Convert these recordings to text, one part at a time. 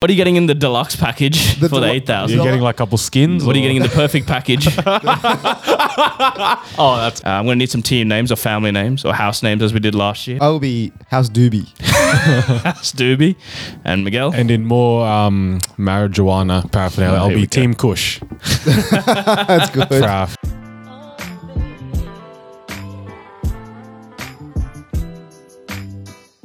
What are you getting in the deluxe package The for the delu- eight Yeah. thousand? You're getting like a couple skins. What are you or- getting in the perfect package? Uh, Oh, that's I'm gonna need some team names or family names or house names as we did last year. I will be House Doobie. Stooby and Miguel. and in more um, marijuana paraphernalia, Oh, I'll here we be go. Team Kush That's good. for our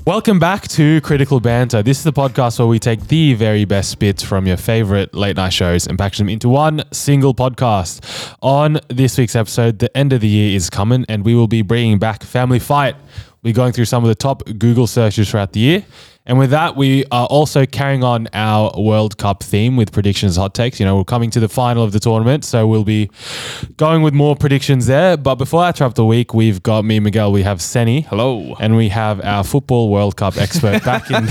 Welcome back to Critical Banter. This is the podcast where we take the very best bits from your favorite late night shows and package them into one single podcast. On this week's episode, the end of the year is coming and we will be bringing back Family Fight. We're going through some of the top Google searches throughout the year. And with that, we are also carrying on our World Cup theme with predictions, hot takes. You know, we're coming to the final of the tournament, so we'll be going with more predictions there. But before I trap the week, we've got me, Miguel, we have Senny. Hello. And we have our football World Cup expert back in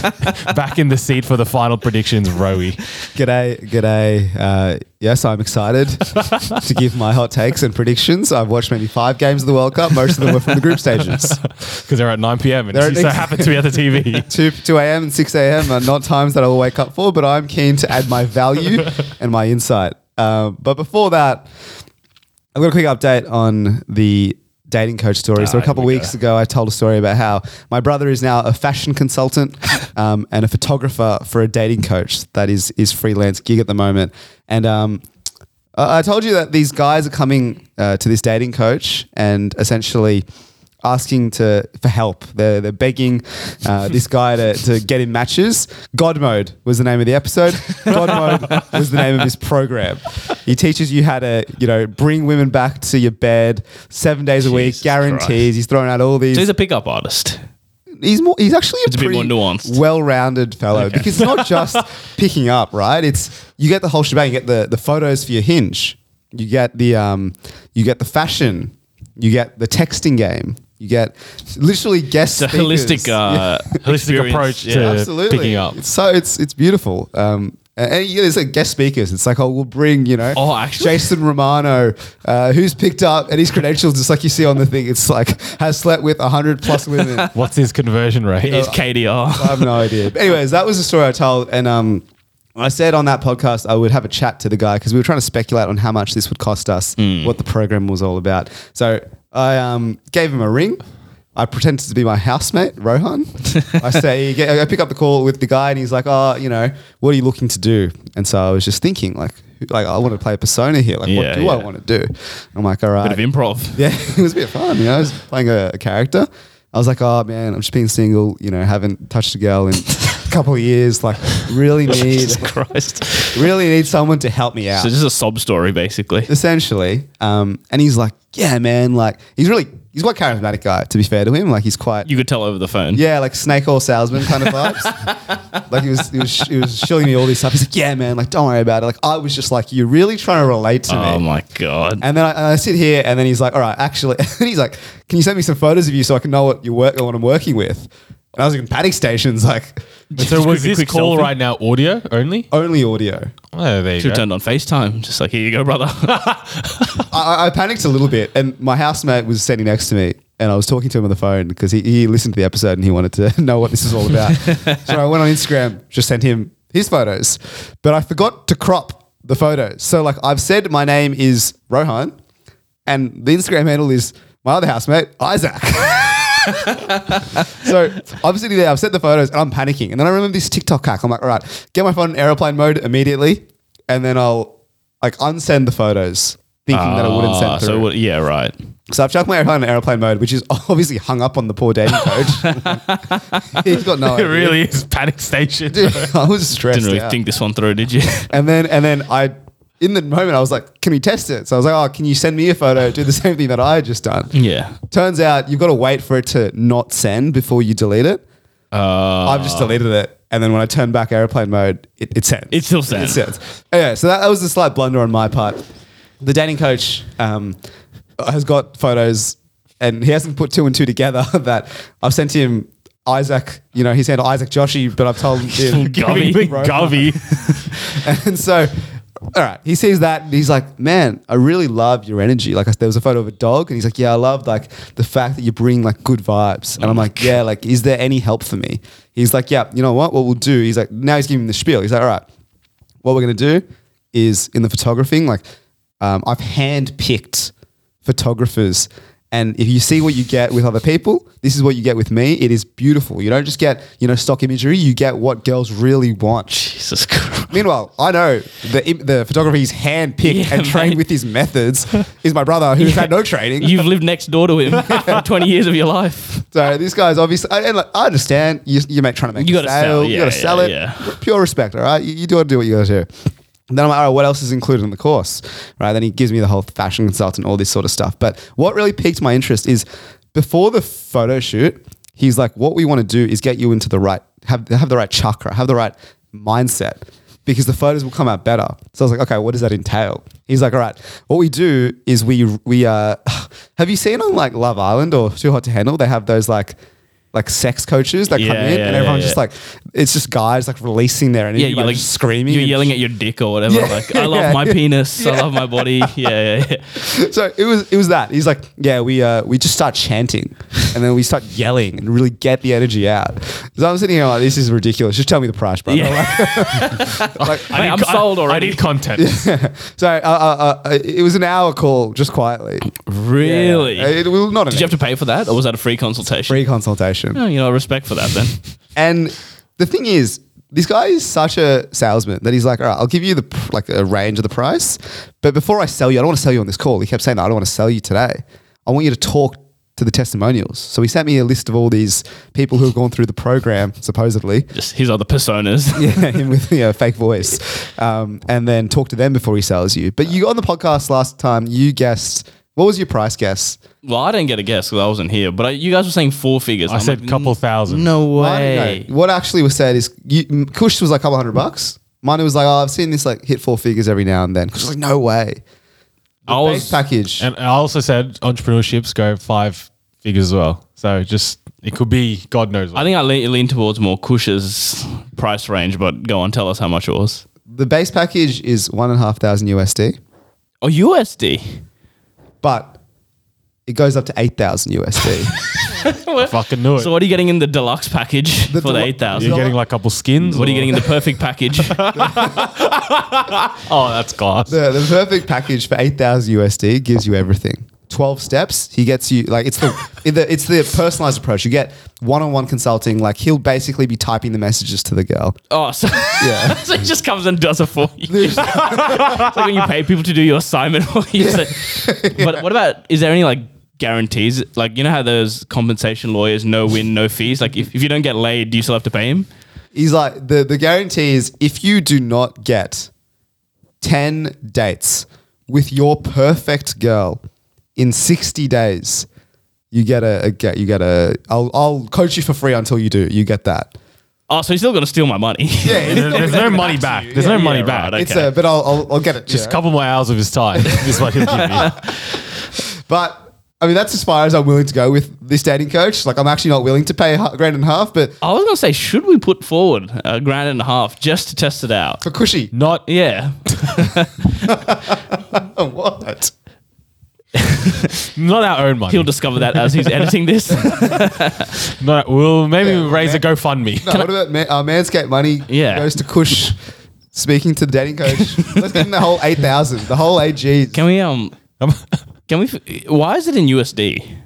back in the seat for the final predictions, Rowie. G'day, g'day. Uh, yes, I'm excited to give my hot takes and predictions. I've watched maybe five games of the World Cup. Most of them were from the group stages. Because they're at 9 p.m. and They're she at so ex- happened to be at the TV. 2, 2 a.m. and 6 a.m. are not times that I will wake up for, but I'm keen to add my value and my insight. Um, but before that, I've got a quick update on the dating coach story. so a Ah, couple here we weeks ago, I told a story about how my brother is now a fashion consultant um, and a photographer for a dating coach that is is freelance gig at the moment. And um, I I told you that these guys are coming uh, to this dating coach and essentially asking to for help. They're, they're begging uh, this guy to, to get in matches. God Mode was the name of the episode. God Mode was the name of his program. He teaches you how to, you know, bring women back to your bed seven days a week, Jesus guarantees. Christ. He's throwing out all these. So he's a pickup artist. he's more. He's actually a, It's a bit pretty more nuanced. well-rounded fellow Okay. because it's not just picking up, right? It's you get the whole shebang. You get the the photos for your hinge. You get the um, you get the fashion. You get the texting game. You get literally guest. It's a holistic, speakers. uh, Holistic experience. approach Yeah. to absolutely picking up. It's so it's it's beautiful. Um, and, and yeah, there's like guest speakers. It's like oh, we'll bring you know, Oh, actually? Jason Romano, uh, who's picked up and his credentials just like you see on the thing. It's like has slept with hundred plus women. What's his conversion rate? Uh, He's KDR. I have no idea. But anyways, that was the story I told, and um, I said on that podcast I would have a chat to the guy because we were trying to speculate on how much this would cost us, Mm. what the program was all about. So I um, gave him a ring. I pretended to be my housemate, Rohan. I say, get- I pick up the call with the guy, and he's like, "Oh, you know, what are you looking to do?" And so I was just thinking, like, who- like I want to play a persona here. Like, Yeah, what do I yeah. want to do? I'm like, all right, Bit of improv. yeah, it was a bit fun. You know, I was playing a, a character. I was like, oh man, I'm just being single. You know, haven't touched a girl in a couple of years. Like, really need, Jesus Christ. So really need someone to help me out. this is a sob story, basically. essentially, um, and he's like, yeah, man. Like, he's really, he's quite charismatic guy. To be fair to him, like he's quite. You could tell over the phone. yeah, like snake oil salesman kind of vibes. like he was, he was, he was showing me all this stuff. He's like, "Yeah, man, like don't worry about it." Like I was just like, "You're really trying to relate to me." Oh my god. And then I, and I sit here, and then he's like, "All right, actually," and he's like, "Can you send me some photos of you so I can know what you work, what I'm working with?" And I was like, in "Panic stations, like so was quick- this quick call selfie. right now audio only? only audio." Oh, there you Should go. have turned on FaceTime. Just like, here you go, brother. I, I panicked a little bit, and my housemate was sitting next to me, and I was talking to him on the phone because he, he listened to the episode and he wanted to know what this is all about. so I went on Instagram, just sent him his photos, but I forgot to crop the photos. So like I've said, my name is Rohan, and the Instagram handle is my other housemate Isaac. so I'm sitting there, I've sent the photos, and I'm panicking, and then I remember this TikTok hack. I'm like, all right, get my phone in airplane mode immediately, and then I'll like unsend the photos. Thinking that I wouldn't Ah, send through. so what- yeah, right. So I've chucked my airplane in airplane mode, which is obviously hung up on the poor dating coach. He's got no It idea. really is panic station. I was stressed. Didn't really out. think this one through, did you? And then and then I in the moment I was like, can we test it? So I was like, oh, can you send me a photo? Do the same thing that I had just done. yeah. Turns out you've got to wait for it to not send before you delete it. Uh, I've just deleted it. And then when I turn back airplane mode, it, it sends. It still It sends. sends. Anyway, so that, that was a slight blunder on my part. The dating coach um, has got photos and he hasn't put two and two together that I've sent him Isaac, you know, he's sent Isaac Joshi, but I've told him. Gubby. Big Right. Govy. and so, all right, he sees that and he's like, man, I really love your energy. Like, I- there was a photo of a dog and he's like, yeah, I love like the fact that you bring like good vibes. And I'm like, yeah, like, is there any help for me? He's like, yeah, you know what? What we'll do, he's like, now he's giving him the spiel. He's like, all right, what we're going to do is in the photographing, like um, I've handpicked photographers. And if you see what you get with other people, this is what you get with me. It is beautiful. You don't just get, you know, stock imagery. You get what girls really want. Jesus Christ. Meanwhile, I know the im- the photographer he's handpicked Yeah, and trained mate. with his methods is my brother who's had no training. You've lived next door to him for 20 years of your life. So this guy's obviously, I- and like, I understand you, you make trying to make You a gotta sale, sell, you yeah, got to yeah, sell it. yeah. Pure respect, all right? You, you do gotta do what you got to do. And then I'm like, all right, what else is included in the course? Right? Then he gives me the whole fashion consultant, all this sort of stuff. But what really piqued my interest is before the photo shoot, he's like, what we want to do is get you into the right, have, have the right chakra, have the right mindset. Because the photos will come out better. So I was like, okay, what does that entail? He's like, all right, what we do is we we uh have you seen on like Love Island or Too Hot to Handle? They have those like like sex coaches that come Yeah, in yeah, and yeah, everyone's yeah. just like it's just guys like releasing their energy, Yeah, you're like, like screaming. You're and- yelling at your dick or whatever. Yeah, Like, I love yeah, my yeah. penis. I love my body. Yeah, yeah, yeah. so it was it was that. He's like, yeah, we uh, we just start chanting, and then we start yelling and really get the energy out. So I'm sitting here like, this is ridiculous. Just tell me the price, brother. Like- Mate, I'm sold already. I need content. so uh, uh, uh, it was an hour call, just quietly. Really? Yeah. It, well, not an Did you have to pay for that, or was that a free consultation? free consultation. Oh, you know, respect for that then. And the thing is, this guy is such a salesman that he's like, all right, I'll give you the pr- like a range of the price, but before I sell you, I don't want to sell you on this call. He kept saying that I don't want to sell you today. I want you to talk to the testimonials. So he sent me a list of all these people who have gone through the program, supposedly. Just his other personas. Yeah, him with you know, a fake voice, um, and then talk to them before he sells you. But you on the podcast last time, you guessed what was your price guess? Well, I didn't get a guess because I wasn't here, but I, you guys were saying four figures. I I'm said like, mm, couple thousand. No I don't know. way. What actually was said is you, Kush was like a couple hundred bucks. Mine was like, oh, I've seen this like hit four figures every now and then. Kush was like, no way. I Base package. And I also said entrepreneurships go five figures as well. So just it could be God knows what. I think I lean, lean towards more Kush's price range, but go on, tell us how much it was. The base package is one and a half thousand USD, Oh, USD. but it goes up to eight thousand USD. I fucking knew it. So, what are you getting in the deluxe package The for the delu- eight thousand? You're Yeah. getting like a couple skins. What are you or- getting in the perfect package? Oh, that's class. the, the perfect package for eight thousand USD gives you everything. Twelve steps. He gets you like it's the, it- the it's the personalized approach. You get one on one consulting. Like he'll basically be typing the messages to the girl. Oh, so, Yeah. so he just comes and does it for you. it's like when you pay people to do your assignment. or you say- But what about, is there any like guarantees? Like, you know how those compensation lawyers, no win, no fees? Like, if, if you don't get laid, do you still have to pay him? He's like the the guarantee is if you do not get ten dates with your perfect girl in sixty days, you get a, a get you get a I'll I'll coach you for free until you do. You get that. Oh, so he's still going to steal my money. Yeah, There- There's no money back. There's no Yeah, money right, back. okay. it's a but I'll I'll, I'll get it. you Just a know? couple more hours of his time is what he'll give me. But I mean that's as far as I'm willing to go with this dating coach. Like I'm actually not willing to pay a grand and a half, but I was going to say, should we put forward a grand and a half just to test it out? for cushy. Not Yeah. Oh, what? not our own money. He'll discover that as he's editing this. Not, we'll maybe Yeah, raise a man. GoFundMe. No, what about ma- uh, Manscaped money? Yeah. goes to Kush. Speaking to the dating coach, let's get him the whole eight thousand, the whole AGs. Can we, um, can we, f- why is it in USD?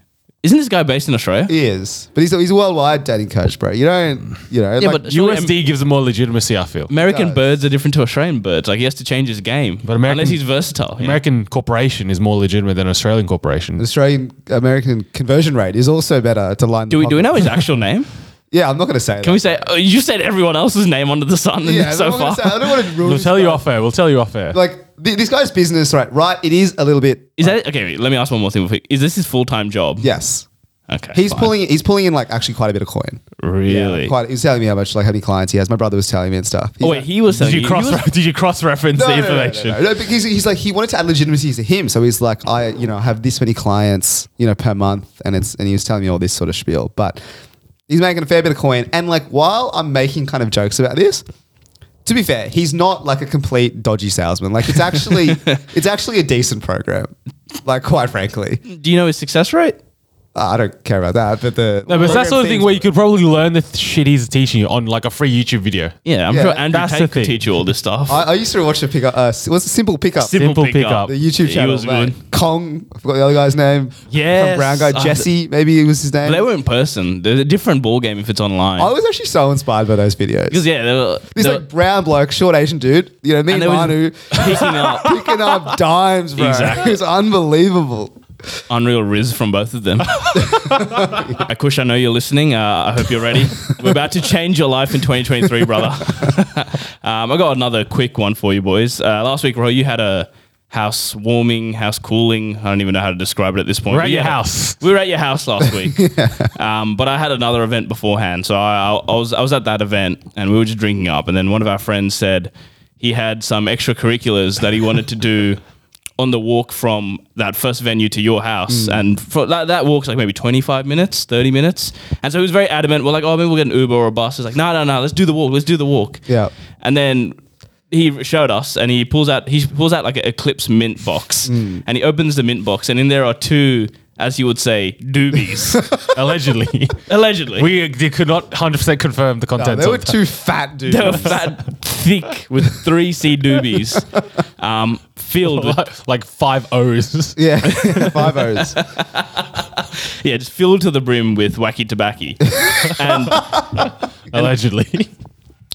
Isn't this guy based in Australia? He is, but he's a, he's a worldwide dating coach, bro. You don't, you know, Yeah, like, but surely USD gives it more legitimacy, I feel. American does. birds are different to Australian birds. Like he has to change his game, but American- unless he's versatile. you know? American corporation is more legitimate than Australian corporation. Australian American conversion rate is also better to line. Do we do we know his actual name? Yeah, I'm not going to say. Can we say oh, you said everyone else's name under the sun Yeah, so I'm not gonna far? say- I don't want to ruin. We'll this tell you guy. off air. We'll tell you off air. Like th- this guy's business, right? Right, it is a little bit. Is that okay? wait, Let me ask one more thing. real quick. Is this his full time job? Yes, Okay. he's fine. pulling. He's pulling in like actually quite a bit of coin. really. Quite. He was telling me how much like how many clients he has. My brother was telling me and stuff. He's oh wait, like- he was. did saying- you he cross? was- did you cross reference the no, no, no, no, information? No, no, because he's like he wanted to add legitimacy to him, so he's like, I, you know, have this many clients, you know, per month, and it's and he was telling me all this sort of spiel, but he's making a fair bit of coin, and like while I'm making kind of jokes about this. To be fair, he's not like a complete dodgy salesman. Like it's actually, it's actually a decent program. Like quite frankly, do you know his success rate? I don't care about that. But the No, but it's program that sort of thing themes- where you could probably learn the th- shit he's teaching you on like a free YouTube video. Yeah, I'm Yeah, sure Andrew that's the Tate could thing. teach you all this stuff. I, I used to watch the pickup. Uh, s- what's the simple pickup? Simple Pickup. the YouTube He channel. was man. good. Kong. I forgot the other guy's name. Yes. Some brown guy. Uh, Jesse. Maybe it was his name. They were in person. They're a different ball game if it's online. I was actually so inspired by those videos. because yeah, they were, This they like brown bloke, short Asian dude. You know me And and, there was- Manu were picking up picking up dimes, bro. Exactly. It was unbelievable. Unreal Riz from both of them. Akush, I know you're listening. Uh, I hope you're ready. We're about to change your life in 2023, brother. um, I got another quick one for you, boys. Uh, last week, Roy, you had a house warming, house cooling. I don't even know how to describe it at this point. We're But at your yeah. house. We were at your house last week, um, but I had another event beforehand, so I, I, I was I was at that event and we were just drinking up, and then one of our friends said he had some extracurriculars that he wanted to do on the walk from that first venue to your house, and for, that that walk's like maybe twenty five minutes, thirty minutes, and so he was very adamant. We're like, oh, maybe we'll get an Uber or a bus. He's like, no, no, no, let's do the walk, let's do the walk. Yeah. And then he showed us, and he pulls out he pulls out like an Eclipse mint box, and he opens the mint box, and in there are two, as you would say, doobies, Allegedly, allegedly. we uh, they could not hundred percent confirm the Oh, content. they were of that. two fat dudes. they were fat, thick, with three C doobies, um, filled with like, like five O's. yeah, five O's. yeah, just filled to the brim with wacky tobacco, and. allegedly.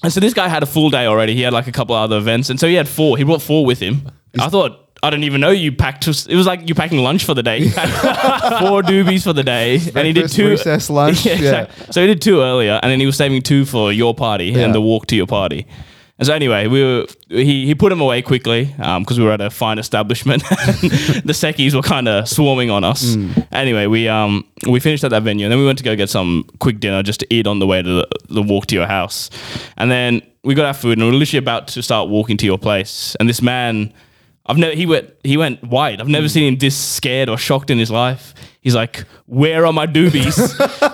And so this guy had a full day already. He had like a couple other events, and so he had four. He brought four with him. I thought I didn't even know you packed. It was like you packing lunch for the day. You packed four doobies for the day, and he did Breakfast, two recess, lunch, yeah. exact- So he did two earlier, and then he was saving two for your party Yeah. and the walk to your party. And so anyway, we were he he put him away quickly because we were at a fine establishment. the Sekis were kind of swarming on us. Anyway, we um we finished at that venue and then we went to go get some quick dinner just to eat on the way to the, the walk to your house. And then we got our food and we were literally about to start walking to your place. And this man, I've never he went he went white. I've never seen him this scared or shocked in his life. He's like, "Where are my doobies?"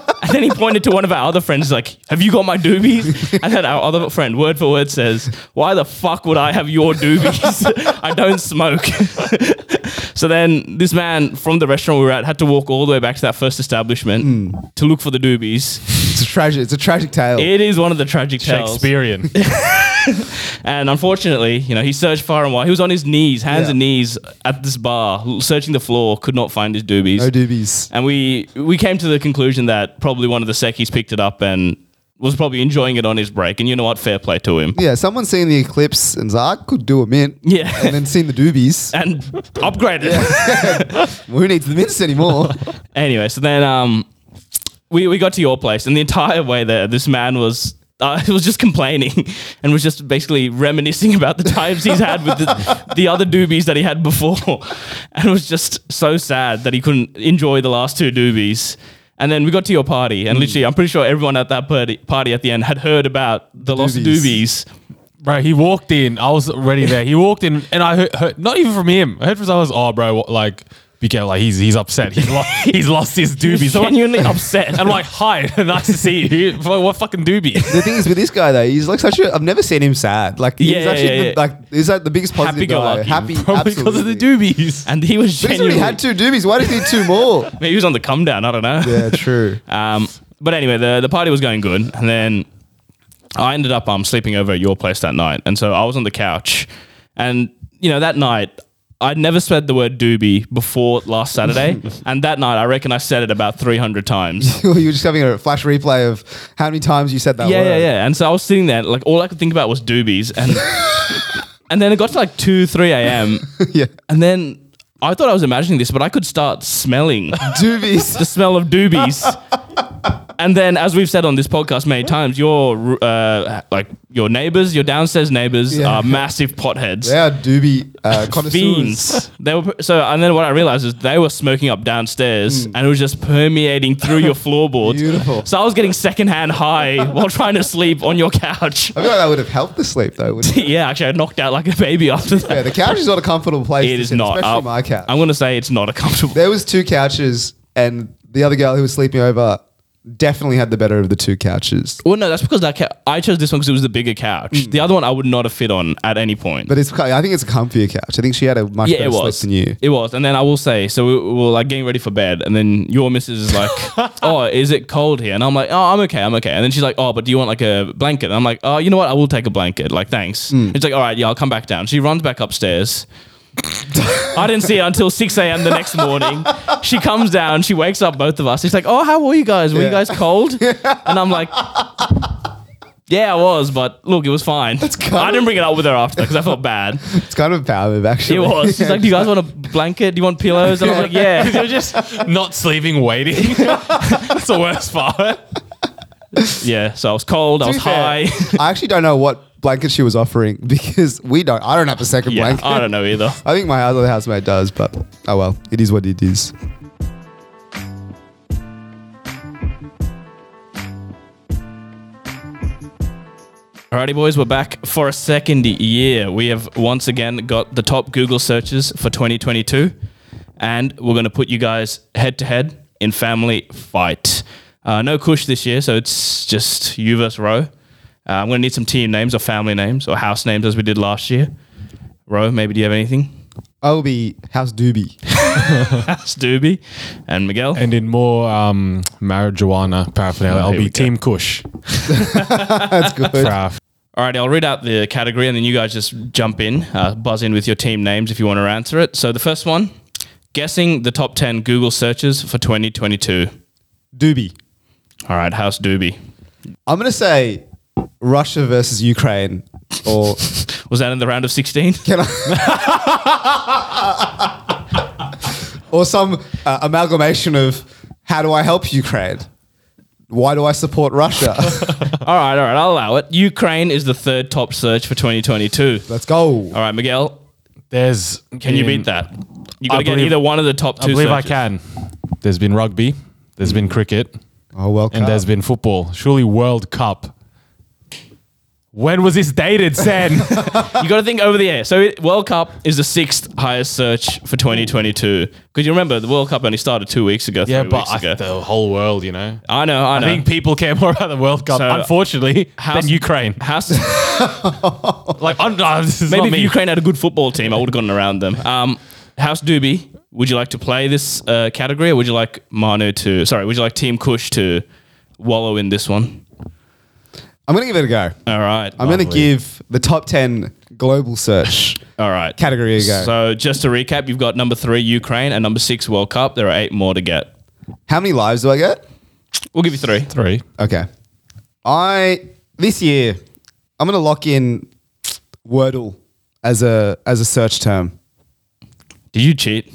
And then he pointed to one of our other friends. He's like, "Have you got my doobies?" And then our other friend, word for word, says, "Why the fuck would I have your doobies? I don't smoke." so then this man from the restaurant we were at had to walk all the way back to that first establishment to look for the doobies. It's a tragic. It's a tragic tale. It is one of the tragic tales. Shakespearean. And unfortunately, you know, he searched far and wide. He was on his knees, hands Yeah. and knees, at this bar, l- searching the floor, could not find his doobies. no doobies. And we we came to the conclusion that probably one of the Sekis picked it up and was probably enjoying it on his break. And you know what? Fair play to him. Yeah, someone seen the eclipse and Zark could do a mint. Yeah. and then seen the doobies. And upgraded. Well, who needs the mints anymore? anyway, so then um, we, we got to your place, and the entire way there, this man was. Uh, was just complaining and was just basically reminiscing about the times he's had with the, the other doobies that he had before and was just so sad that he couldn't enjoy the last two doobies and then we got to your party Hmm. and literally i'm pretty sure everyone at that party, party at the end had heard about the lost Doobies. doobies Bro, he walked in. I was already there. He walked in, and I heard, heard not even from him. I heard from someone else. Oh, bro, what, like be careful. Like he's he's upset. He's lost. he's lost his doobie. So I'm like- genuinely upset I'm like, hi, nice to see you. What what fucking doobie? the thing is with this guy though, he's like such a. I've never seen him sad. Like he's Yeah, yeah, actually yeah, the- yeah. like he's like the biggest positive guy. Happy-go-lucky. Happy, Probably because of the absolutely. doobies. and he was But He's already genuinely had two doobies. Why does he need two more? maybe he was on the come down i don't know yeah, true. Um, but anyway, the, the party was going good, and then I ended up um, sleeping over at your place that night, and so I was on the couch, and you know that night I'd never said the word doobie before last Saturday, and that night I reckon I said it about three hundred times. you were just having a flash replay of how many times you said that yeah, word. yeah, yeah. And so I was sitting there, like all I could think about was doobies, and and then it got to like two, three a.m., yeah. and then. I thought I was imagining this, but I could start smelling Doobies. the smell of doobies. and then, as we've said on this podcast many times, your uh, like your neighbors, your downstairs neighbors, Yeah. are massive potheads. they are doobie uh, connoisseurs. Fiends. They were so, and then what I realized is they were smoking up downstairs, and it was just permeating through your floorboards. Mm. Beautiful. So I was getting secondhand high while trying to sleep on your couch. I feel like that would have helped the sleep though. Wouldn't it? yeah, actually, I knocked out like a baby after that. Yeah, the couch is not a comfortable place. it to is sit, not. Oh, especially I'll- my couch. I'm gonna say it's not a comfortable. there was two couches, and the other girl who was sleeping over definitely had the better of the two couches. Well, no, that's because that cou- I chose this one because it was the bigger couch. The other one I would not have fit on at any point. But it's quite- I think it's a comfier couch. I think she had a much yeah, better it sleep was. than you. It was. And then I will say, so we we were like getting ready for bed, and then your missus is like, "Oh, is it cold here?" And I'm like, "Oh, I'm okay, I'm okay." And then she's like, "Oh, but do you want like a blanket?" And I'm like, "Oh, you know what? I will take a blanket. Like, thanks." Hmm. It's like, "All right, yeah, I'll come back down." She runs back upstairs. I didn't see her until 6 a.m. the next morning. She comes down, she wakes up both of us. She's like, Oh, how were you guys? Were you Yeah. guys cold? And I'm like, Yeah, I was, but look, it was fine. kind I of- didn't bring it up with her after because I felt bad. It's kind of a power move, actually. It was. She's like, "Do you guys want a blanket? Do you want pillows?" And I was like, "Yeah." You're just not sleeping, waiting. That's the worst part. Yeah. So I was cold. I was To be fair, high. I actually don't know what blanket she was offering because we don't. I don't have a second yeah. blanket. I don't know either. I think my other housemate does, but oh well, it is what it is. Alrighty, boys, we're back for a second year. We have once again got the top Google searches for 2022, and we're going to put you guys head to head in family fight. Uh, no Kush this year, so it's just you versus Roe. Uh, I'm going to need some team names or family names or house names as we did last year. Roe, maybe do you have anything? I will be house doobie. That's Doobie and Miguel. And in more um, marijuana paraphernalia, I'll Here we be go. Team Kush. That's good. for our All right, I'll read out the category and then you guys just jump in, uh, buzz in with your team names if you want to answer it. So the first one, guessing the top 10 Google searches for 2022. doobie. All right, House Doobie. I'm gonna say Russia versus Ukraine, or Was that in the round of 16? can I? or some uh, amalgamation of how do I help Ukraine? Why do I support Russia? all right, all right, I'll allow it. Ukraine is the third top search for 2022. Let's go. All right, Miguel, There's. can you beat that? You got I to get believe- either one of the top two I believe I searches. can. There's been rugby, there's been cricket, Oh well, and there's been football. Surely World Cup. When was this dated, Sen? you got to think over the air. So it, World Cup is the sixth highest search for 2022. Because you remember the World Cup only started two weeks ago, three yeah, weeks but I, ago. the whole world, you know. I know, I I know. think people care more about the World Cup, So- unfortunately, House- than Ukraine. House. Like, un- uh, this is Maybe not if me. Ukraine had a good football team, I would have gotten around them. Um, House Doobie, would you like to play this uh, category, or would you like Manu to? Sorry, would you like Team Kush to wallow in this one? I'm gonna give it a go. All right, I'm gonna Lovely. give the top ten global search all right. category a go. So just to recap, you've got number three Ukraine and number six World Cup. There are eight more to get. How many lives do I get? We'll give you three. Three. Okay. I this year I'm gonna lock in Wordle as a as a search term. Did you cheat?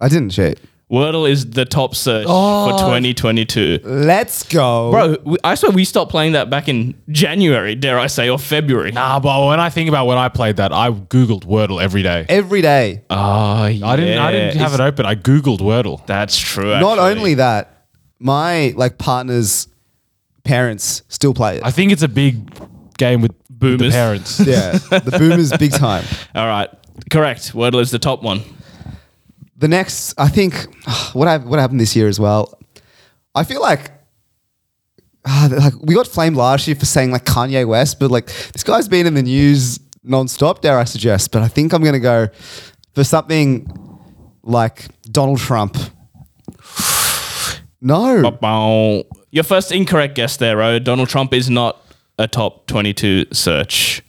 I didn't cheat. Wordle is the top search for Oh. 2022. Let's go. Bro, we- I swear we stopped playing that back in January, dare I say, or February. Nah, but when I think about when I played that, I Googled Wordle every day. Every day. Oh, yeah. I didn't. I didn't It's- have it open. I Googled Wordle. That's true. Not actually. only that, my like partner's parents still play it. I think it's a big game with boomers Boomers. parents. yeah. The boomers big time. All right. Correct. Wordle is the top one. The next I think what I, what happened this year as well. I feel like ah, like we got flamed last year for saying like Kanye West, but like this guy's been in the news nonstop, dare I suggest. But I think I'm gonna go for something like Donald Trump. Oh, No. Bow. Your first incorrect guess there, Ro. Donald Trump is not a top 22 search.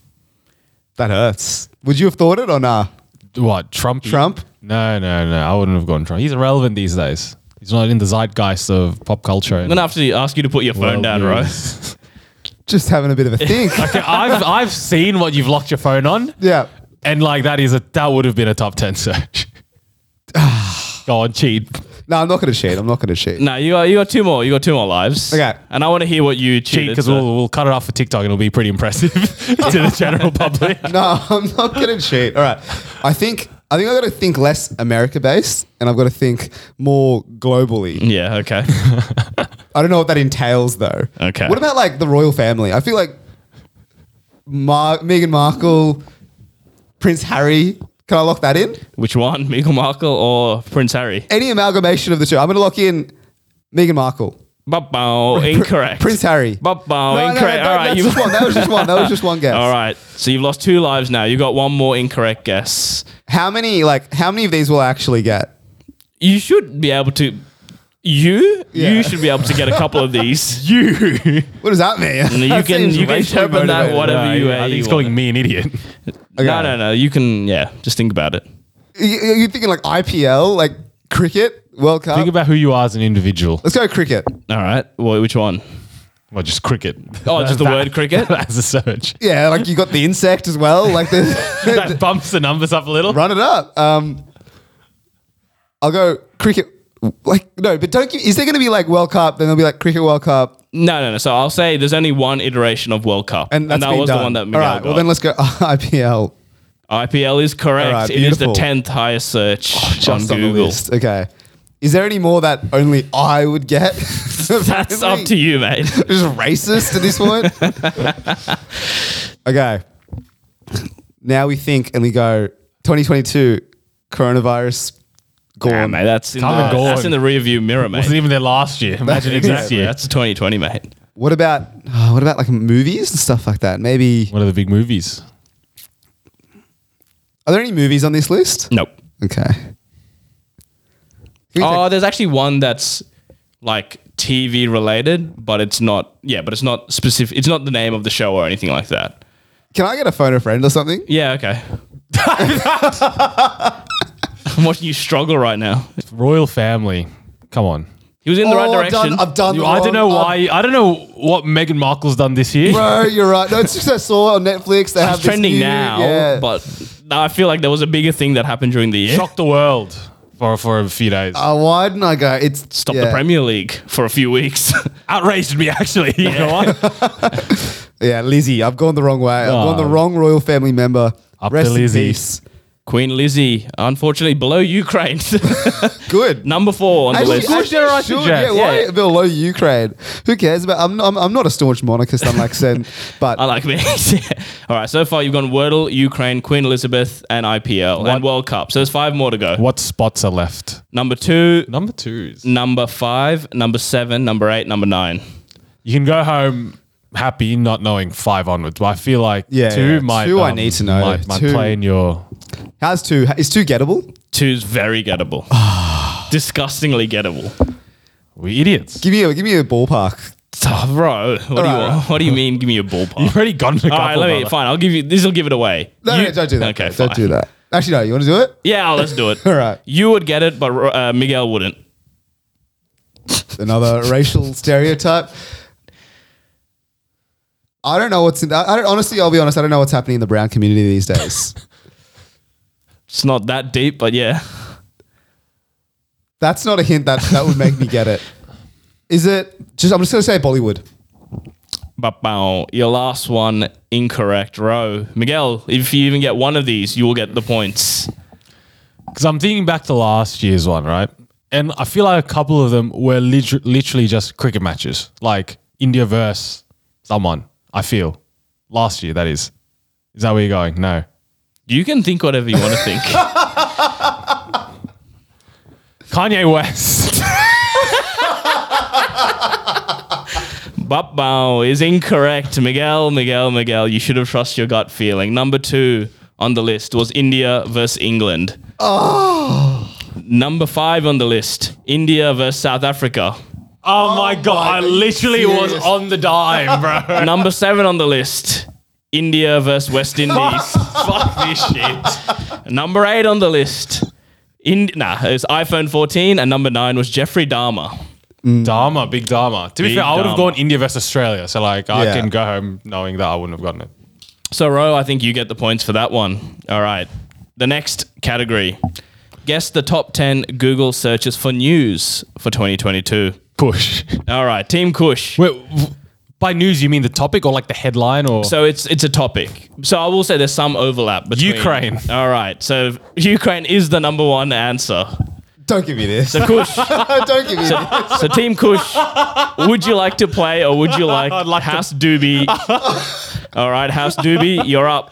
That hurts. Would you have thought it or nah? What Trump? Trump? No, no, no. I wouldn't have gone Trump. He's irrelevant these days. He's not in the zeitgeist of pop culture. I'm going to have to ask you to put your phone down, Ro. Just having a bit of a think. I've I've seen what you've locked your phone on, yeah. and like that is a that would have been a top ten search. Go on, cheat. No, I'm not gonna cheat. I'm not gonna cheat. No, you got, you got two more. You got two more lives. Okay. And I want to hear what you Cheat cheated. because so- we'll, we'll cut it off for TikTok and it'll be pretty impressive to the general public. No, I'm not gonna cheat. All right. I think I think I gotta think less America based and I've gotta think more globally. yeah, okay. I don't know what that entails though. Okay. What about like the royal family? I feel like Mar- Meghan Markle, Prince Harry. Can I lock that in? Which one? Meghan Markle or Prince Harry? Any amalgamation of the two. I'm going to lock in Meghan Markle. Ba-bow, incorrect. Prince Harry. Ba-bow, incorrect. Oh, All right, that's you- just one. That was just one. That was just one guess. All right. So you've lost two lives now. You got one more incorrect guess. How many? Like, how many of these will I actually get? You should be able to. You Yeah. you should be able to get a couple of these. you What does that mean? you That can- seems you can racially interpret that motivated. one. Whatever you- I think you he's want calling it. me an idiot. no no no. You can yeah. Just think about it. You, you're thinking like IPL, like cricket, World Cup. Think about who you are as an individual. Let's go cricket. All right. Well, which one? Well, just cricket. Oh, just the word cricket? That's a search. Yeah, like you got the insect as well. Like the That bumps the numbers up a little. run it up. Um, I'll go cricket. Like no, but don't. Give, is there going to be like World Cup? Then there'll be like cricket World Cup, No no no. So I'll say there's only one iteration of World Cup, and that's that been was the done. one that All Miguel right. got. Well, then let's go IPL. IPL is correct. All right, it is the beautiful. Oh, tenth highest search on Just on, the Google. list. Okay. Is there any more that only I would get? That's up to you, mate. Just racist at this point. okay. Now we think and we go 2022 coronavirus gone. Nah, mate, that's in, the, Come and go that's on. in the rear view mirror, mate. Wasn't even there last year. Imagine it this Exactly. year. That's 2020, mate. What about oh, what about like movies and stuff like that? Maybe One of the big movies. are there any movies on this list? Nope. Okay. Can we Oh, there's actually one that's like TV related, but it's not. Yeah, but it's not specific. It's not the name of the show or anything like that. take- can I get a phone a friend or something? Yeah. Okay. I'm watching you struggle right now. Royal family. Come on. He was in the right Oh, I've direction. done. I've done You- the I don't one. know I've- why. I don't know what Meghan Markle's done this year. Bro, you're right. No, it's just I saw on Netflix. They have it's this trending new- now, yeah. but I feel like there was a bigger thing that happened during the year. Shocked the world for, for a few days. Uh, why didn't I go? It's Stop yeah. the Premier League for a few weeks. Outraged me actually. You know what? Yeah, Lizzie, I've gone the wrong way. I've gone the Oh. wrong royal family member. Up Rest to in Lizzie. peace. Queen Lizzie, unfortunately, below Ukraine. Good. Number four on the Actually, list. actually, Good, I should. Yeah, suggest. why Yeah. below Ukraine? Who cares? But I'm, I'm, I'm not a staunch monarchist, unlike Sen. But I like me. All right, so far you've gone Wordle, Ukraine, Queen Elizabeth, and IPL, and World Cup. So there's five more to go. what spots are left? Number two, Number twos. number five, number seven, number eight, number nine. You can go home happy not knowing five onwards. But I feel like Yeah, two yeah. might um, Two I need to know. Might, might Two. play in your how's two? Is two gettable? Two's very gettable. Disgustingly gettable. we idiots. Give me a give me a ballpark. So, bro, what, do you, right. want? what do you mean? Give me a ballpark. You've already gone to a All right, couple, let me. brother. Fine, I'll give you. This will give it away. No, You- no, don't do that. Okay, don't fine. do that. Actually, no. You want to do it? Yeah, let's do it. All right. You would get it, but uh, Miguel wouldn't. Another racial stereotype. I don't know what's in. I I don't, honestly, I'll be honest. I don't know what's happening in the brown community these days. It's not that deep, but yeah. That's not a hint that that would make me get it. Is it just? I'm just gonna say Bollywood. But bow. Your last one incorrect row. Miguel, if you even get one of these, you will get the points. Because I'm thinking back to last year's one, right? And I feel like a couple of them were liter- literally just cricket matches, like India versus someone. I feel last year that is. Is that where you're going? No. You can think whatever you want to think. Kanye West. But bow is incorrect. Miguel, Miguel, Miguel, you should have trust your gut feeling. Number two on the list was India versus England. Oh. Number five on the list, India versus South Africa. oh my god! I literally was serious? on the dime, bro. Number seven on the list, India versus West Indies. Fuck this shit. Number eight on the list, in- nah, it's iPhone 14, and number nine was Jeffrey Dahmer. Dharma, big Dharma. To be Big fair, I would have Dharma. gone India versus Australia, so like I Yeah. can go home knowing that I wouldn't have gotten it. So, Ro, I think you get the points for that one. All right. The next category guess the top 10 Google searches for news for 2022. Push. All right, Team Kush. Wait, w- by news you mean the topic or like the headline or? So it's it's a topic. So I will say there's some overlap between Ukraine. All right. So Ukraine is the number one answer. Don't give me this. So Kush, don't give me this. So, Team Kush, would you like to play or would you like, House Doobie? All right, House Doobie, you're up.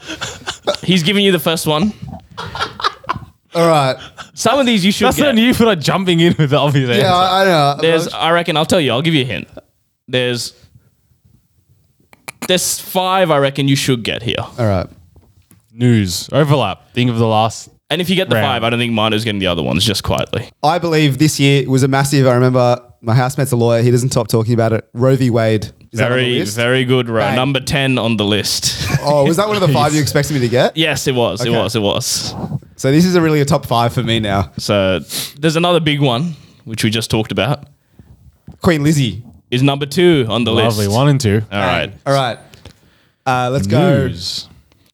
He's giving you the first one. All right. Some of these you should That's get. not you for like jumping in with the obvious answer. Yeah, I, I don't know. There's, I reckon, I'll tell you. I'll give you a hint. There's, there's five. I reckon you should get here. All right. News overlap. Think of the last. And if you get the Round. five, I don't think Mino's getting the other ones. Just quietly. I believe this year was a massive. I remember my housemate's a lawyer. He doesn't stop talking about it. Roe v. Wade. Is that on the very, list? very good row. Bang. Number ten on the list. Oh, was that one of the five you expected me to get? yes, it was. It Okay. was. It was. So this is a really a top five for me now. So there's another big one which we just talked about. Queen Lizzie. Is number two on the Lovely. list. One and two. All right. All right. Uh, let's go. News.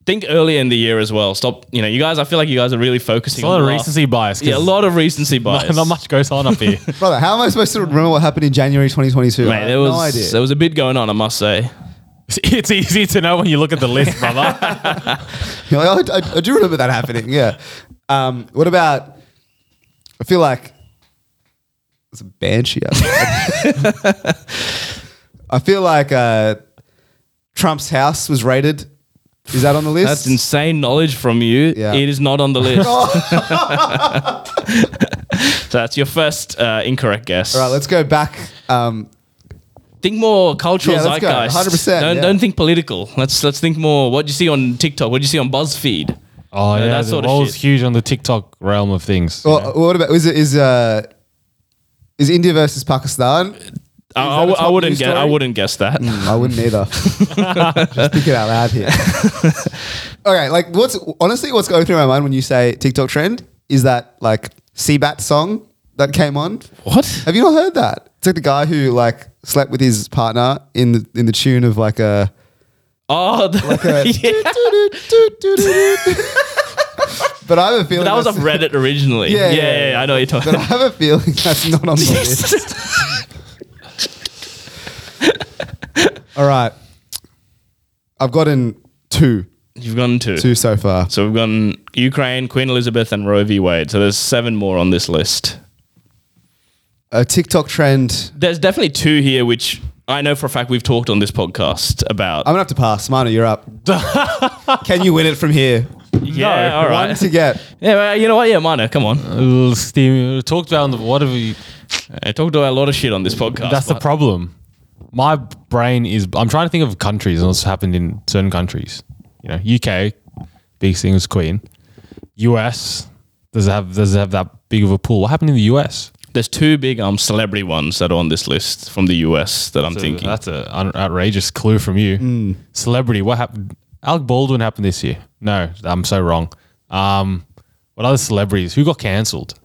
Think earlier in the year as well. Stop. You know, you guys. I feel like you guys are really focusing. It's a lot on of the last- recency bias. 'cause Yeah, a lot of recency bias. Not much goes on up here. Brother, how am I supposed to remember what happened in January 2022? I Mate, have there was no idea. there was a bit going on. I must say. it's easy to know when you look at the list, brother. You're like, oh, I, I do remember that happening. Yeah. Um, what about? I feel like it's a banshee. I- I feel like uh, Trump's house was raided. Is that on the list? That's insane knowledge from you. Yeah. It is not on the list. so that's your first uh, incorrect guess. All right, let's go back. Um, think more cultural Yeah, let's go. zeitgeist. 100%, Don't, yeah. don't think political. Let's let's think more. What do you see on TikTok? What do you see on BuzzFeed? Oh yeah, that that sort of was shit. huge on the TikTok realm of things. well, What about is it is uh, is India versus Pakistan? I, that I, a w- I top wouldn't news guess. I story? wouldn't guess that. Mm, I wouldn't either. Just thinking out loud here. okay, like what's honestly what's going through my mind when you say TikTok trend is that like Seabat song that came on. What? Have you not heard that? It's like the guy who like slept with his partner in the in the tune of like a. Oh, the- a- yeah. but I have a feeling that was off that's- Reddit originally. Yeah, Yeah, yeah, yeah, yeah, yeah. I know what you're talking. But I about. have a feeling that's not on the list. All right, I've gotten two You've gone to. two so far. So we've gone Ukraine, Queen Elizabeth, and Roe v. Wade. So there's seven more on this list. A TikTok trend. There's definitely two here, which I know for a fact we've talked on this podcast about. I'm gonna have to pass. Manu, you're up. Can you win it from here? yeah, no, all One right. to get. Yeah, well, you know what? Yeah, minor. Come on. Uh, Steve, we talked about on the, what have we? I talked about a lot of shit on this podcast. That's the but- problem. My brain is. I'm trying to think of countries and what's happened in certain countries. You know, UK, big thing was Queen. US does it have does it have that big of a pool? What happened in the US? There's two big um celebrity ones that are on this list from the US that I'm thinking. that's an outrageous clue from you. Celebrity. What happened? Alec Baldwin happened this year. No, I'm so wrong. Um, what other celebrities? Who got cancelled?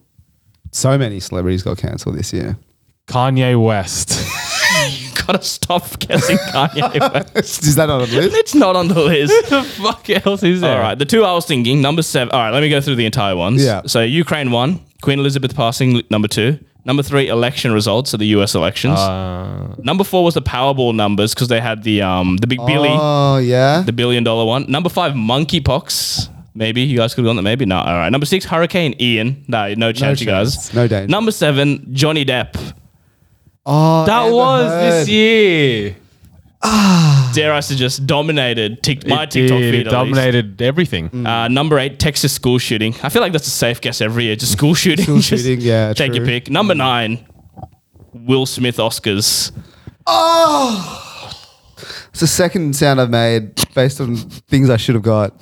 So many celebrities got cancelled this year. Kanye West. You gotta stop guessing Kanye. West. Is that not on the list? it's not on the list. Fuck else is All right, the two I was thinking, number seven. All right, let me go through the entire ones. Yeah. So Ukraine one, Queen Elizabeth passing, number two. Number three, election results of the US elections. Uh. number four was the Powerball numbers because they had the um the big Billy, Oh yeah. the billion dollar one. Number five, monkeypox. Maybe you guys could be on that. Maybe not. All right. Number six, Hurricane Ian. No, no chance, you chance. guys. No danger. Number seven, Johnny Depp. Oh, That Amber was Heard. this year. dare I suggest, dominated tick- my TikTok It feed. at least. dominated everything. Uh, number eight, Texas school shooting. I feel like that's a safe guess every year. Just school shooting. School Just shooting, yeah, Take true. your pick. Number nine, Will Smith Oscars. Oh. It's the second sound I've made based on things I should have got.